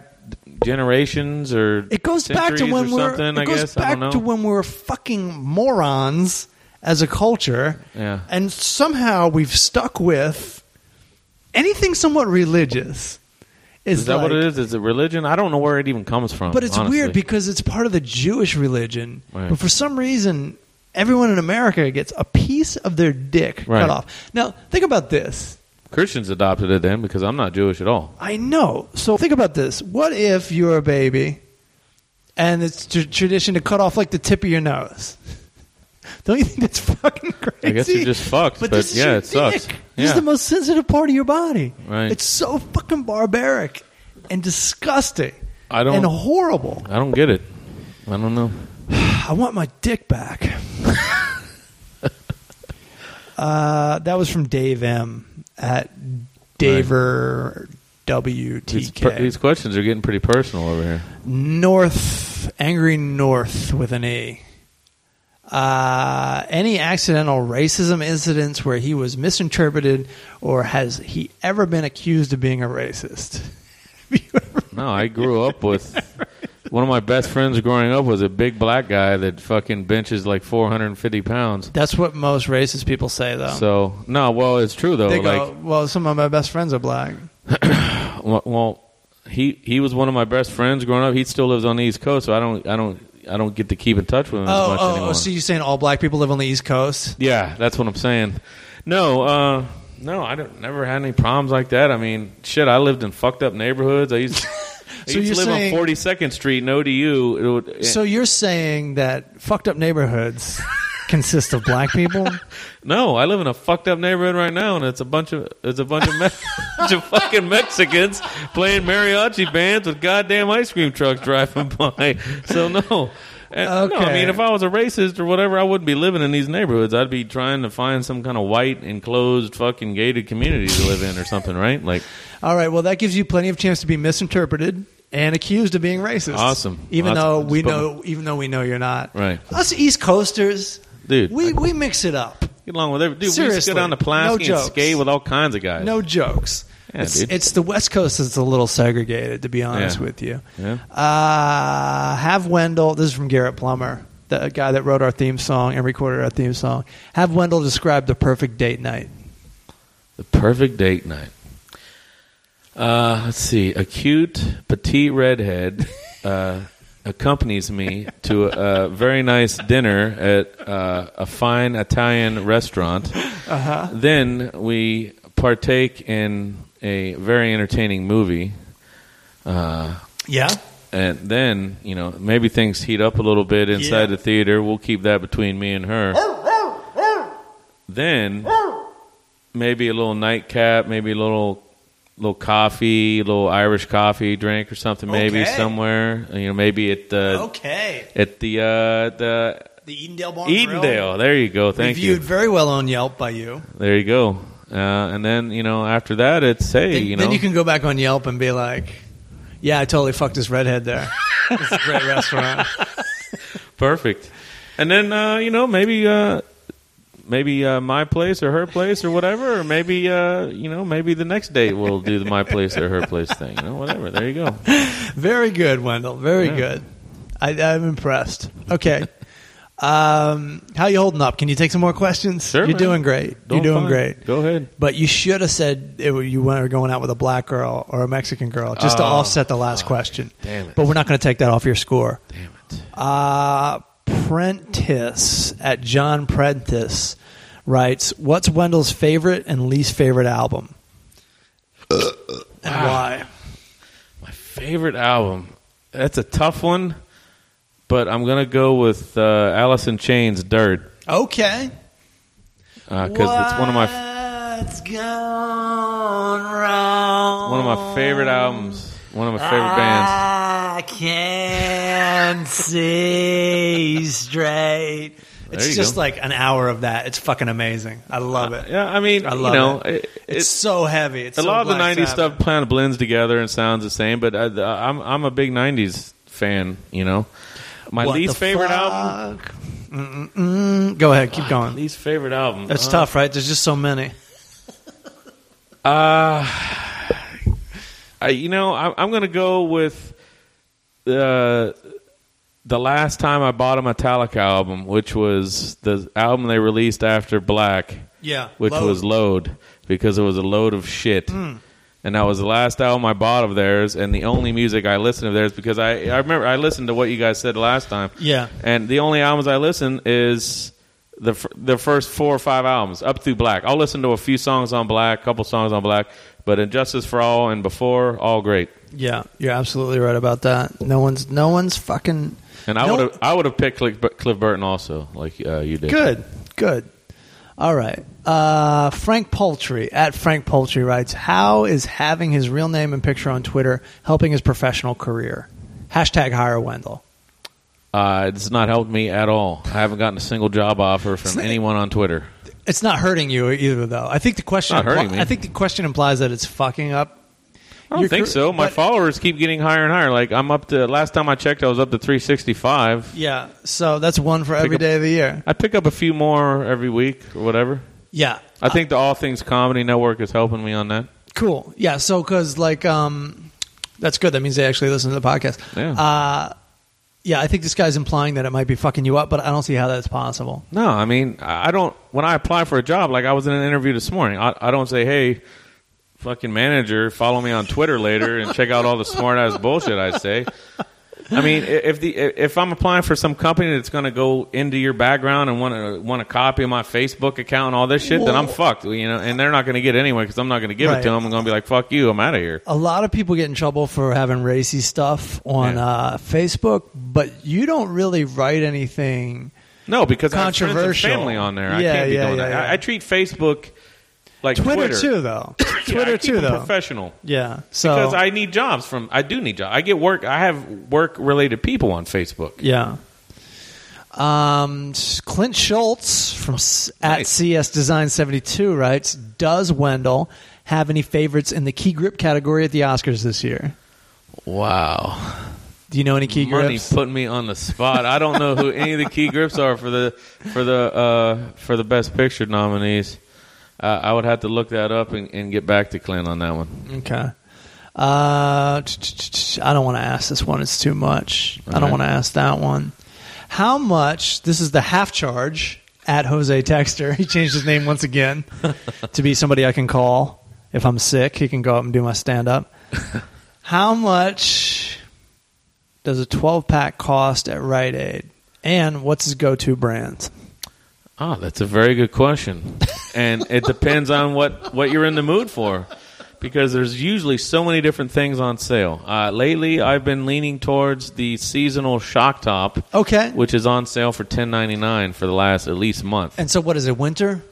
Speaker 2: generations, or
Speaker 1: It goes back to
Speaker 2: centuries
Speaker 1: when
Speaker 2: or
Speaker 1: we're
Speaker 2: something.
Speaker 1: it
Speaker 2: I
Speaker 1: goes
Speaker 2: guess I
Speaker 1: back
Speaker 2: don't know.
Speaker 1: to when we're fucking morons as a culture.
Speaker 2: Yeah.
Speaker 1: And somehow we've stuck with anything somewhat religious.
Speaker 2: is that what
Speaker 1: like-
Speaker 2: it is? Is it religion? I don't know where it even comes from.
Speaker 1: But it's
Speaker 2: honestly.
Speaker 1: weird because it's part of the Jewish religion.
Speaker 2: Right.
Speaker 1: But for some reason, everyone in America gets a piece of their dick
Speaker 2: Right.
Speaker 1: cut off. Now, think about this.
Speaker 2: Christians adopted it then because I'm not Jewish at all.
Speaker 1: I know. So think about this. What if you're a baby and it's tr- tradition to cut off like the tip of your nose? Don't you think that's fucking crazy?
Speaker 2: I guess you're just fucked, but
Speaker 1: this is
Speaker 2: yeah,
Speaker 1: your
Speaker 2: it sucks.
Speaker 1: dick. This is
Speaker 2: Yeah.
Speaker 1: the most sensitive part of your body.
Speaker 2: Right.
Speaker 1: It's so fucking barbaric and disgusting
Speaker 2: I don't-
Speaker 1: and horrible.
Speaker 2: I don't get it. I don't know.
Speaker 1: I want my dick back. uh, that was from Dave M at Daver
Speaker 2: These, per- these
Speaker 1: WTK.
Speaker 2: questions are getting pretty personal over here.
Speaker 1: North, angry North with an E. Uh, any accidental racism incidents where he was misinterpreted, or has he ever been accused of being a racist? Have you ever
Speaker 2: No, I grew up with one of my best friends growing up was a big black guy that fucking benches like 450 pounds.
Speaker 1: That's what most racist people say, though.
Speaker 2: So no, well, it's true though.
Speaker 1: they
Speaker 2: like,
Speaker 1: go, "Well, some of my best friends are black."
Speaker 2: well, well, he he was one of my best friends growing up. He still lives on the East Coast, so I don't I don't I don't get to keep in touch with him as
Speaker 1: Oh,
Speaker 2: much
Speaker 1: oh,
Speaker 2: anymore.
Speaker 1: oh, so you're saying all black people live on the East Coast?
Speaker 2: Yeah, that's what I'm saying. No, uh, no, I don't. Never had any problems like that. I mean, shit, I lived in fucked up neighborhoods. I used, I
Speaker 1: So
Speaker 2: used
Speaker 1: you're
Speaker 2: to live
Speaker 1: saying-
Speaker 2: on 42nd Street in ODU. It would,
Speaker 1: So you're saying that fucked up neighborhoods consist of black people?
Speaker 2: no, I live in a fucked up neighborhood right now, and it's a bunch of it's a bunch of, me- bunch of fucking Mexicans playing mariachi bands with goddamn ice cream trucks driving by. So no. Uh, No, I
Speaker 1: Okay.
Speaker 2: mean, if I was a racist or whatever, I wouldn't be living in these neighborhoods. I'd be trying to find some kind of white, enclosed, fucking gated community to live in or something, right? Like,
Speaker 1: All right. Well, that gives you plenty of chance to be misinterpreted and accused of being racist.
Speaker 2: Awesome.
Speaker 1: Even
Speaker 2: Awesome.
Speaker 1: though we
Speaker 2: Just put
Speaker 1: know, even though we know you're not.
Speaker 2: Right.
Speaker 1: Us East Coasters,
Speaker 2: Dude,
Speaker 1: we we mix it up.
Speaker 2: get along with every dude. we used to
Speaker 1: Seriously,
Speaker 2: go down to
Speaker 1: no
Speaker 2: Pulaski and
Speaker 1: jokes.
Speaker 2: skate with all kinds of guys.
Speaker 1: No jokes.
Speaker 2: Yeah,
Speaker 1: it's,
Speaker 2: dude.
Speaker 1: it's the West Coast that's a little segregated, to be honest
Speaker 2: Yeah.
Speaker 1: with you.
Speaker 2: Yeah.
Speaker 1: Uh, have Wendell, this is from Garrett Plummer, the guy that wrote our theme song and recorded our theme song. Have Wendell describe the perfect date night.
Speaker 2: the perfect date night. Uh, let's see. A cute petite redhead uh, accompanies me to a, a very nice dinner at uh, a fine Italian restaurant. Uh-huh. Then we partake in a very entertaining movie. Uh,
Speaker 1: Yeah.
Speaker 2: and then you know maybe things heat up a little bit inside
Speaker 1: Yeah.
Speaker 2: the theater. We'll keep that between me and her. then maybe a little nightcap, maybe a little little coffee, a little Irish coffee drink or something. Maybe
Speaker 1: Okay.
Speaker 2: somewhere you know maybe at the
Speaker 1: Okay.
Speaker 2: at the uh, the
Speaker 1: The Edendale Barn
Speaker 2: Edendale. There you go. Thank
Speaker 1: Reviewed
Speaker 2: you.
Speaker 1: very well on Yelp by you.
Speaker 2: There you go. Uh, and then you know after that it's hey
Speaker 1: Then-
Speaker 2: you know
Speaker 1: then you can go back on Yelp and be like, yeah, I totally fucked this redhead there. it's a great restaurant.
Speaker 2: Perfect. And then uh, you know maybe uh, maybe uh, my place or her place or whatever, or maybe uh, you know maybe the next date we'll do the my place or her place thing. You know whatever. There you go.
Speaker 1: Very good, Wendell. Very
Speaker 2: Yeah.
Speaker 1: good. I, I'm impressed. Okay. um, how you holding up? Can you take some more questions?
Speaker 2: Sure,
Speaker 1: You're
Speaker 2: man.
Speaker 1: doing great.
Speaker 2: Doing
Speaker 1: You're doing
Speaker 2: fine.
Speaker 1: great.
Speaker 2: Go ahead.
Speaker 1: But you should have said it, were- you were going out with a black girl or a Mexican girl just to
Speaker 2: Oh,
Speaker 1: offset the last question.
Speaker 2: Damn it.
Speaker 1: But we're not going to take that off your score.
Speaker 2: Damn it.
Speaker 1: Uh, Prentice at John Prentice writes, "What's Wendell's favorite and least favorite album, and
Speaker 2: Uh,
Speaker 1: why?"
Speaker 2: My favorite album. That's a tough one, but I'm gonna go with uh, Alice in Chains "Dirt"
Speaker 1: Okay,
Speaker 2: because it's one of my
Speaker 1: What's gone wrong?
Speaker 2: one of my favorite albums. One of my favorite bands.
Speaker 1: I can't see straight.
Speaker 2: There you
Speaker 1: It's just
Speaker 2: go. Uh,
Speaker 1: like an hour of that. It's fucking amazing. I love it.
Speaker 2: Yeah, I mean,
Speaker 1: I
Speaker 2: you
Speaker 1: love
Speaker 2: know,
Speaker 1: it.
Speaker 2: it-
Speaker 1: It's
Speaker 2: it-
Speaker 1: so heavy. It's
Speaker 2: a
Speaker 1: so
Speaker 2: lot of the
Speaker 1: Black
Speaker 2: '90s
Speaker 1: Sabbath.
Speaker 2: stuff kind of blends together and sounds the same. But I, I'm I'm a big '90s fan. You know, my
Speaker 1: What
Speaker 2: least
Speaker 1: the
Speaker 2: favorite album.
Speaker 1: fuck? Mm, mm, mm. Go ahead, keep going.
Speaker 2: Least favorite album.
Speaker 1: That's
Speaker 2: Uh,
Speaker 1: tough, right? There's just so many.
Speaker 2: I, you know, I, I'm going to go with the the last time I bought a Metallica album, which was the album they released after Black,
Speaker 1: Yeah,
Speaker 2: which was Load, because it was a load of shit. And that was the last album I bought of theirs, and the only music I listened of theirs because I, I remember I listened to what you guys said last time.
Speaker 1: Yeah.
Speaker 2: and the only albums I listen is the f- the first four or five albums up through Black. I'll listen to a few songs on Black, couple songs on Black, but Injustice for All and Before, all great.
Speaker 1: yeah. You're absolutely right about that. No one's no one's fucking
Speaker 2: And I
Speaker 1: No-
Speaker 2: would have I would have picked Cliff, Cliff Burton also, like uh, you did.
Speaker 1: Good, good. All right. Uh, Frank Poultry at Frank Poultry writes: How is having his real name and picture on Twitter helping his professional career? Hashtag hire Wendell.
Speaker 2: Uh, it's not helped me at all. I haven't gotten a single job offer from anyone on Twitter.
Speaker 1: It's not hurting you either, though. I think the question.
Speaker 2: Not hurting me.
Speaker 1: I think the question implies that it's fucking up.
Speaker 2: I don't
Speaker 1: your
Speaker 2: think
Speaker 1: career-
Speaker 2: so. My
Speaker 1: but-
Speaker 2: followers keep getting higher and higher. Like I'm up to last time I checked, I was up to 365.
Speaker 1: Yeah. So that's one for every
Speaker 2: up-
Speaker 1: day of the year.
Speaker 2: I pick up a few more every week or whatever.
Speaker 1: Yeah.
Speaker 2: I think the All Things Comedy Network is helping me on that.
Speaker 1: Cool. Yeah. So, because like, um, that's good. That means they actually listen to the podcast.
Speaker 2: Yeah.
Speaker 1: Uh, yeah. I think this guy's implying that it might be fucking you up, but I don't see how that's possible.
Speaker 2: No, I mean I I don't. When I apply for a job, like I was in an interview this morning, I, I don't say, "Hey, fucking manager, follow me on Twitter later and check out all the smart ass bullshit I say." I mean, i- if the i- if I'm applying for some company that's going to go into your background and want to want a copy of my Facebook account and all this shit, then I'm
Speaker 1: Well-
Speaker 2: fucked, you know. And they're not going to get it anyway because I'm not going to give it
Speaker 1: Right.
Speaker 2: to them. I'm going to be like, "Fuck you, I'm out of here."
Speaker 1: A lot of people get in trouble for having racy stuff on
Speaker 2: Yeah.
Speaker 1: uh, Facebook, but you don't really write anything.
Speaker 2: No, because I have friends
Speaker 1: Controversial.
Speaker 2: and family on there. I
Speaker 1: Yeah,
Speaker 2: can't be
Speaker 1: yeah,
Speaker 2: doing
Speaker 1: yeah,
Speaker 2: that.
Speaker 1: yeah.
Speaker 2: I, I treat Facebook like
Speaker 1: Twitter,
Speaker 2: Twitter,
Speaker 1: too, though.
Speaker 2: Yeah,
Speaker 1: Twitter
Speaker 2: I keep
Speaker 1: too,
Speaker 2: them
Speaker 1: though.
Speaker 2: Professional.
Speaker 1: yeah. So
Speaker 2: because I need jobs from. I do need jobs. I get work. I have work related people on Facebook.
Speaker 1: Yeah. Um, Clint Schultz from s at
Speaker 2: Nice.
Speaker 1: CS Design 72 writes Does Wendell have any favorites in the key grip category at the Oscars this year?
Speaker 2: Wow,
Speaker 1: Do you know any key
Speaker 2: money
Speaker 1: grips?
Speaker 2: put me on the spot. I don't know who any of the key grips are for the for the uh, for the best picture nominees. Uh, I would have to look that up and, and get back to Clint on that one.
Speaker 1: Okay. Uh, t- t- t- t- I don't want to ask this one. It's too much. I don't
Speaker 2: Alright.
Speaker 1: want to ask that one. How much? This is the half charge at Jose Texter. He changed his name once again to be somebody I can call if I'm sick. He can go up and do my stand up. How much does a 12 pack cost at Rite Aid? And what's his go to brand?
Speaker 2: Ah, that's a very good question, and it depends on what what you're in the mood for, because there's usually so many different things on sale. Uh, lately, I've been leaning towards the seasonal shock top,
Speaker 1: Okay.
Speaker 2: which is on sale for ten ninety nine for the last at least month.
Speaker 1: And so, what is it? Winter?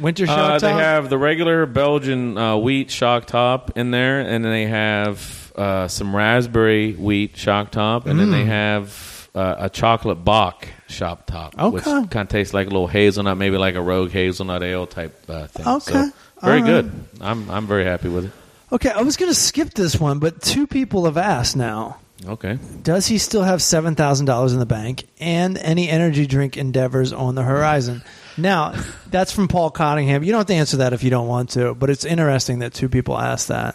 Speaker 1: Winter shock
Speaker 2: Uh, they
Speaker 1: top?
Speaker 2: have the regular Belgian uh, wheat shock top in there, and then they have uh, some raspberry wheat shock top, and then
Speaker 1: Mm.
Speaker 2: they have uh, a chocolate Bach shop top, which
Speaker 1: Okay.
Speaker 2: kind of tastes like a little hazelnut, maybe like a rogue hazelnut ale type uh, thing. So,
Speaker 1: Okay.
Speaker 2: very
Speaker 1: All
Speaker 2: good. I'm I'm very happy with it.
Speaker 1: Okay, I was going to skip this one, but two people have asked now.
Speaker 2: Okay.
Speaker 1: Does he still have seven thousand dollars in the bank and any energy drink endeavors on the horizon? Now, that's from Paul Cottingham. You don't have to answer that if you don't want to, but it's interesting that two people asked that.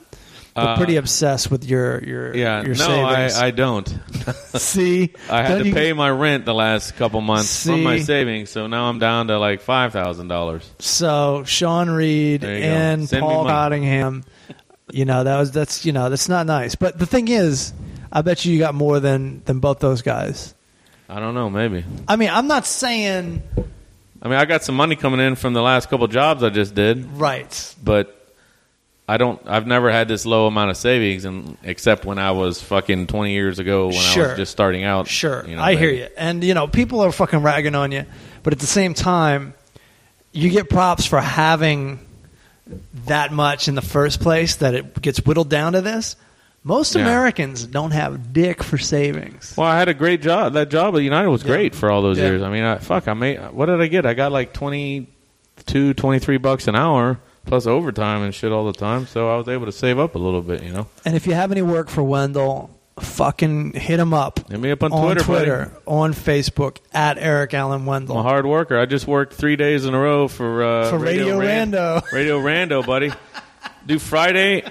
Speaker 1: They're
Speaker 2: Uh,
Speaker 1: pretty obsessed with your your
Speaker 2: Yeah.
Speaker 1: your
Speaker 2: no,
Speaker 1: savings.
Speaker 2: I, I don't.
Speaker 1: see.
Speaker 2: I had
Speaker 1: Don't
Speaker 2: to
Speaker 1: you-
Speaker 2: pay my rent the last couple months
Speaker 1: See?
Speaker 2: from my savings, so now I'm down to like five thousand dollars.
Speaker 1: So Sean Reed
Speaker 2: There you go.
Speaker 1: and
Speaker 2: Send me
Speaker 1: Paul
Speaker 2: money.
Speaker 1: Cottingham, you know that was that's you know that's not nice. But the thing is, I bet you you got more than than both those guys.
Speaker 2: I don't know, maybe.
Speaker 1: I mean, I'm not saying
Speaker 2: I mean, I got some money coming in from the last couple jobs I just did,
Speaker 1: right.
Speaker 2: but I don't. I've never had this low amount of savings, and except when I was fucking twenty years ago when I
Speaker 1: Sure.
Speaker 2: was just starting out.
Speaker 1: Sure,
Speaker 2: you know,
Speaker 1: I hear
Speaker 2: maybe.
Speaker 1: you, and you know people are fucking ragging on you, but at the same time, you get props for having that much in the first place that it gets whittled down to this. Most
Speaker 2: Yeah.
Speaker 1: Americans don't have dick for savings.
Speaker 2: Well, I had a great job. That job at United was
Speaker 1: Yeah.
Speaker 2: great for all those
Speaker 1: Yeah.
Speaker 2: years. I mean, I, fuck, I made. What did I get? I got like 22, 23 bucks an hour plus overtime and shit all the time. So I was able to save up a little bit. You know,
Speaker 1: And if you have any work for Wendell, fucking hit him up
Speaker 2: hit me up on,
Speaker 1: on Twitter,
Speaker 2: buddy.
Speaker 1: on Facebook at Eric Allen
Speaker 2: I'm a
Speaker 1: Wendell.
Speaker 2: hard worker. I just worked three days in a row for uh,
Speaker 1: For Radio
Speaker 2: Ran-
Speaker 1: Rando.
Speaker 2: Radio Rando, buddy. Do Friday.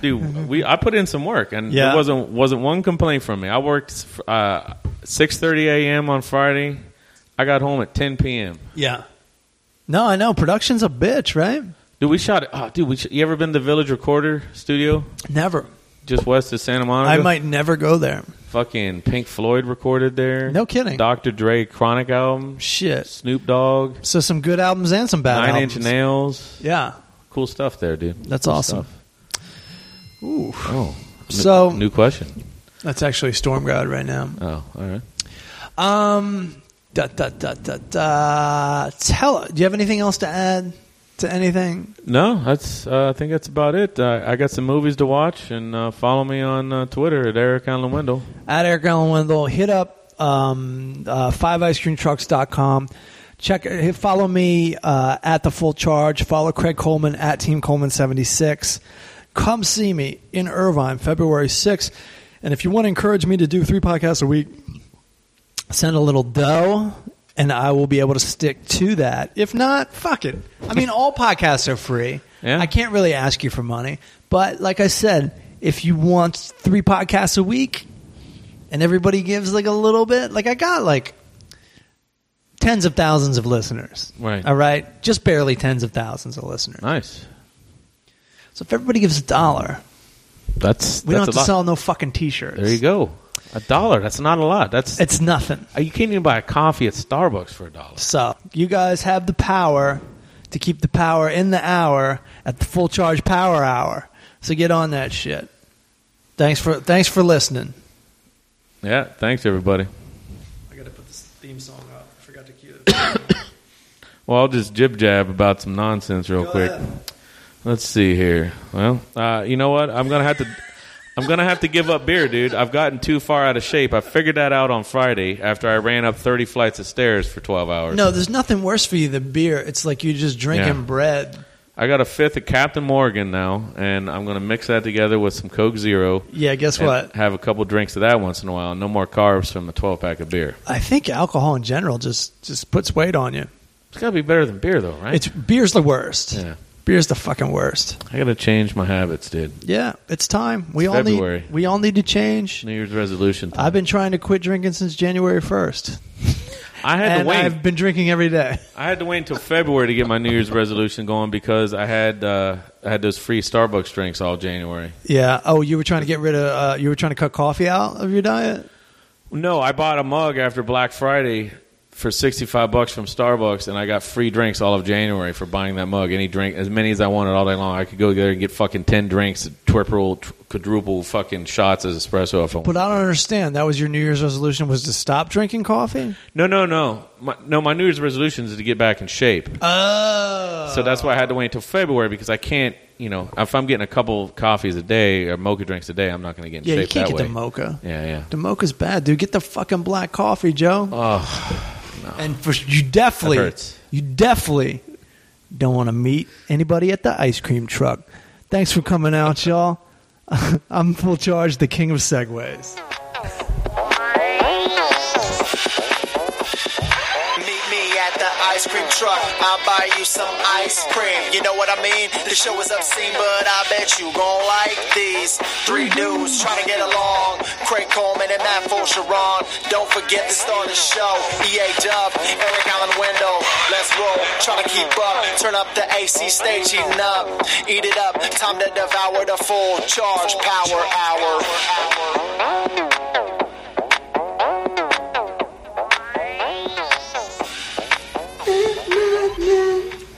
Speaker 2: Dude, we I put in some work, and
Speaker 1: Yeah.
Speaker 2: there wasn't wasn't one complaint from me. I worked uh, six thirty a.m. on Friday. I got home at ten p.m.
Speaker 1: Yeah. No, I know production's a bitch, right?
Speaker 2: Dude, we shot. Oh, dude, we sh- you ever been to Village Recorder Studio
Speaker 1: Never.
Speaker 2: just west of Santa Monica?
Speaker 1: I might never go there.
Speaker 2: Fucking Pink Floyd recorded there.
Speaker 1: No kidding.
Speaker 2: Dr. Dre Chronic album.
Speaker 1: Shit.
Speaker 2: Snoop Dogg.
Speaker 1: So some good albums and some bad
Speaker 2: Nine
Speaker 1: albums.
Speaker 2: Inch Nails.
Speaker 1: Yeah.
Speaker 2: Cool stuff there, dude.
Speaker 1: That's
Speaker 2: Cool
Speaker 1: awesome.
Speaker 2: stuff.
Speaker 1: Ooh.
Speaker 2: Oh,
Speaker 1: So-
Speaker 2: new question.
Speaker 1: That's actually Storm God right now.
Speaker 2: Oh, all right.
Speaker 1: Um da, da, da, da, da. Tell do you have anything else to add to anything?
Speaker 2: No, that's. Uh, I think that's about it. Uh, I got some movies to watch, and uh, follow me on uh, Twitter at Eric Allen Wendell.
Speaker 1: At Eric Allen Wendell, hit up um, uh, fiveicecreamtrucks.com. Check, hit- follow me uh, at the full charge. Follow Craig Coleman at Team Coleman seventy six. Come see me in Irvine, February sixth. And if you want to encourage me to do three podcasts a week, send a little dough and I will be able to stick to that. If not, fuck it. I mean, all podcasts are free.
Speaker 2: Yeah.
Speaker 1: I can't really ask you for money. But like I said, if you want three podcasts a week and everybody gives like a little bit, like I got like tens of thousands of listeners.
Speaker 2: Right.
Speaker 1: All right. Just barely tens of thousands of listeners.
Speaker 2: Nice.
Speaker 1: So if everybody gives a dollar,
Speaker 2: That's
Speaker 1: we
Speaker 2: that's
Speaker 1: don't have
Speaker 2: a
Speaker 1: to
Speaker 2: lot.
Speaker 1: sell no fucking t shirts.
Speaker 2: There you go. A dollar. That's not a lot. That's
Speaker 1: It's nothing.
Speaker 2: Uh, you can't even buy a coffee at Starbucks for a dollar.
Speaker 1: So you guys have the power to keep the power in the hour at the full charge power hour. So get on that shit. Thanks for thanks for listening.
Speaker 2: Yeah. Thanks everybody.
Speaker 1: I gotta put this theme song up. I forgot to cue
Speaker 2: Well, I'll just jib jab about some nonsense real quick. Let's see here. Well, uh, you know what? I'm gonna have to. I'm gonna have to give up beer, dude. I've gotten too far out of shape. I figured that out on Friday after I ran up 30 flights of stairs for 12 hours.
Speaker 1: No, there's nothing worse for you than beer. It's like you're just drinking
Speaker 2: Yeah.
Speaker 1: bread.
Speaker 2: I got a fifth of Captain Morgan now, and I'm gonna mix that together with some Coke Zero.
Speaker 1: Yeah, guess
Speaker 2: and
Speaker 1: what?
Speaker 2: Have a couple drinks of that once in a while. No more carbs from a 12 pack of beer.
Speaker 1: I think alcohol in general just just puts weight on you.
Speaker 2: It's gotta be better than beer, though, right?
Speaker 1: It's beer's the worst.
Speaker 2: yeah.
Speaker 1: Beer's the fucking worst.
Speaker 2: I gotta change my habits, dude.
Speaker 1: Yeah, it's time. We
Speaker 2: It's
Speaker 1: all
Speaker 2: February.
Speaker 1: need we all need to change.
Speaker 2: New Year's resolution.
Speaker 1: I've been trying to quit drinking since January 1st.
Speaker 2: I had to
Speaker 1: And
Speaker 2: wait.
Speaker 1: I've been drinking every day.
Speaker 2: I had to wait until February to get my New Year's resolution going because I had uh, I had those free Starbucks drinks all January.
Speaker 1: Yeah. Oh, you were trying to get rid of, uh, you were trying to cut coffee out of your diet?
Speaker 2: No, I bought a mug after Black Friday for sixty five bucks from Starbucks, and I got free drinks all of January for buying that mug. Any drink, as many as I wanted all day long. I could go there and get fucking ten drinks, triple, tr- quadruple fucking shots of espresso if I
Speaker 1: But
Speaker 2: want.
Speaker 1: I don't understand. That was your New Year's resolution was to stop drinking coffee?
Speaker 2: No, no, no, my, no. My New Year's resolution is to get back in shape.
Speaker 1: Oh.
Speaker 2: So that's why I had to wait until February because I can't, you know, if I'm getting a couple coffees a day or mocha drinks a day, I'm not going to get in
Speaker 1: Yeah, you
Speaker 2: shape
Speaker 1: can't
Speaker 2: that
Speaker 1: get
Speaker 2: way.
Speaker 1: the mocha.
Speaker 2: yeah, yeah.
Speaker 1: The mocha's bad, dude. Get the fucking black coffee, Joe.
Speaker 2: Oh,
Speaker 1: and for, you definitely,
Speaker 2: That hurts.
Speaker 1: you definitely don't want to meet anybody at the ice cream truck. Thanks for coming out, y'all. I'm full charge, the king of segways.
Speaker 3: Meet me at the ice cream truck. I'll buy you some ice cream. You know what I mean? The show is obscene, but I bet you gon' like these. Three dudes trying to get along. Craig Coleman and Matt Sharon. Don't forget to start the show. EA Dub, Eric Allen Window. Let's roll. Trying to keep up. Turn up the AC stage, eating up. Eat it up. Time to devour the full charge power hour.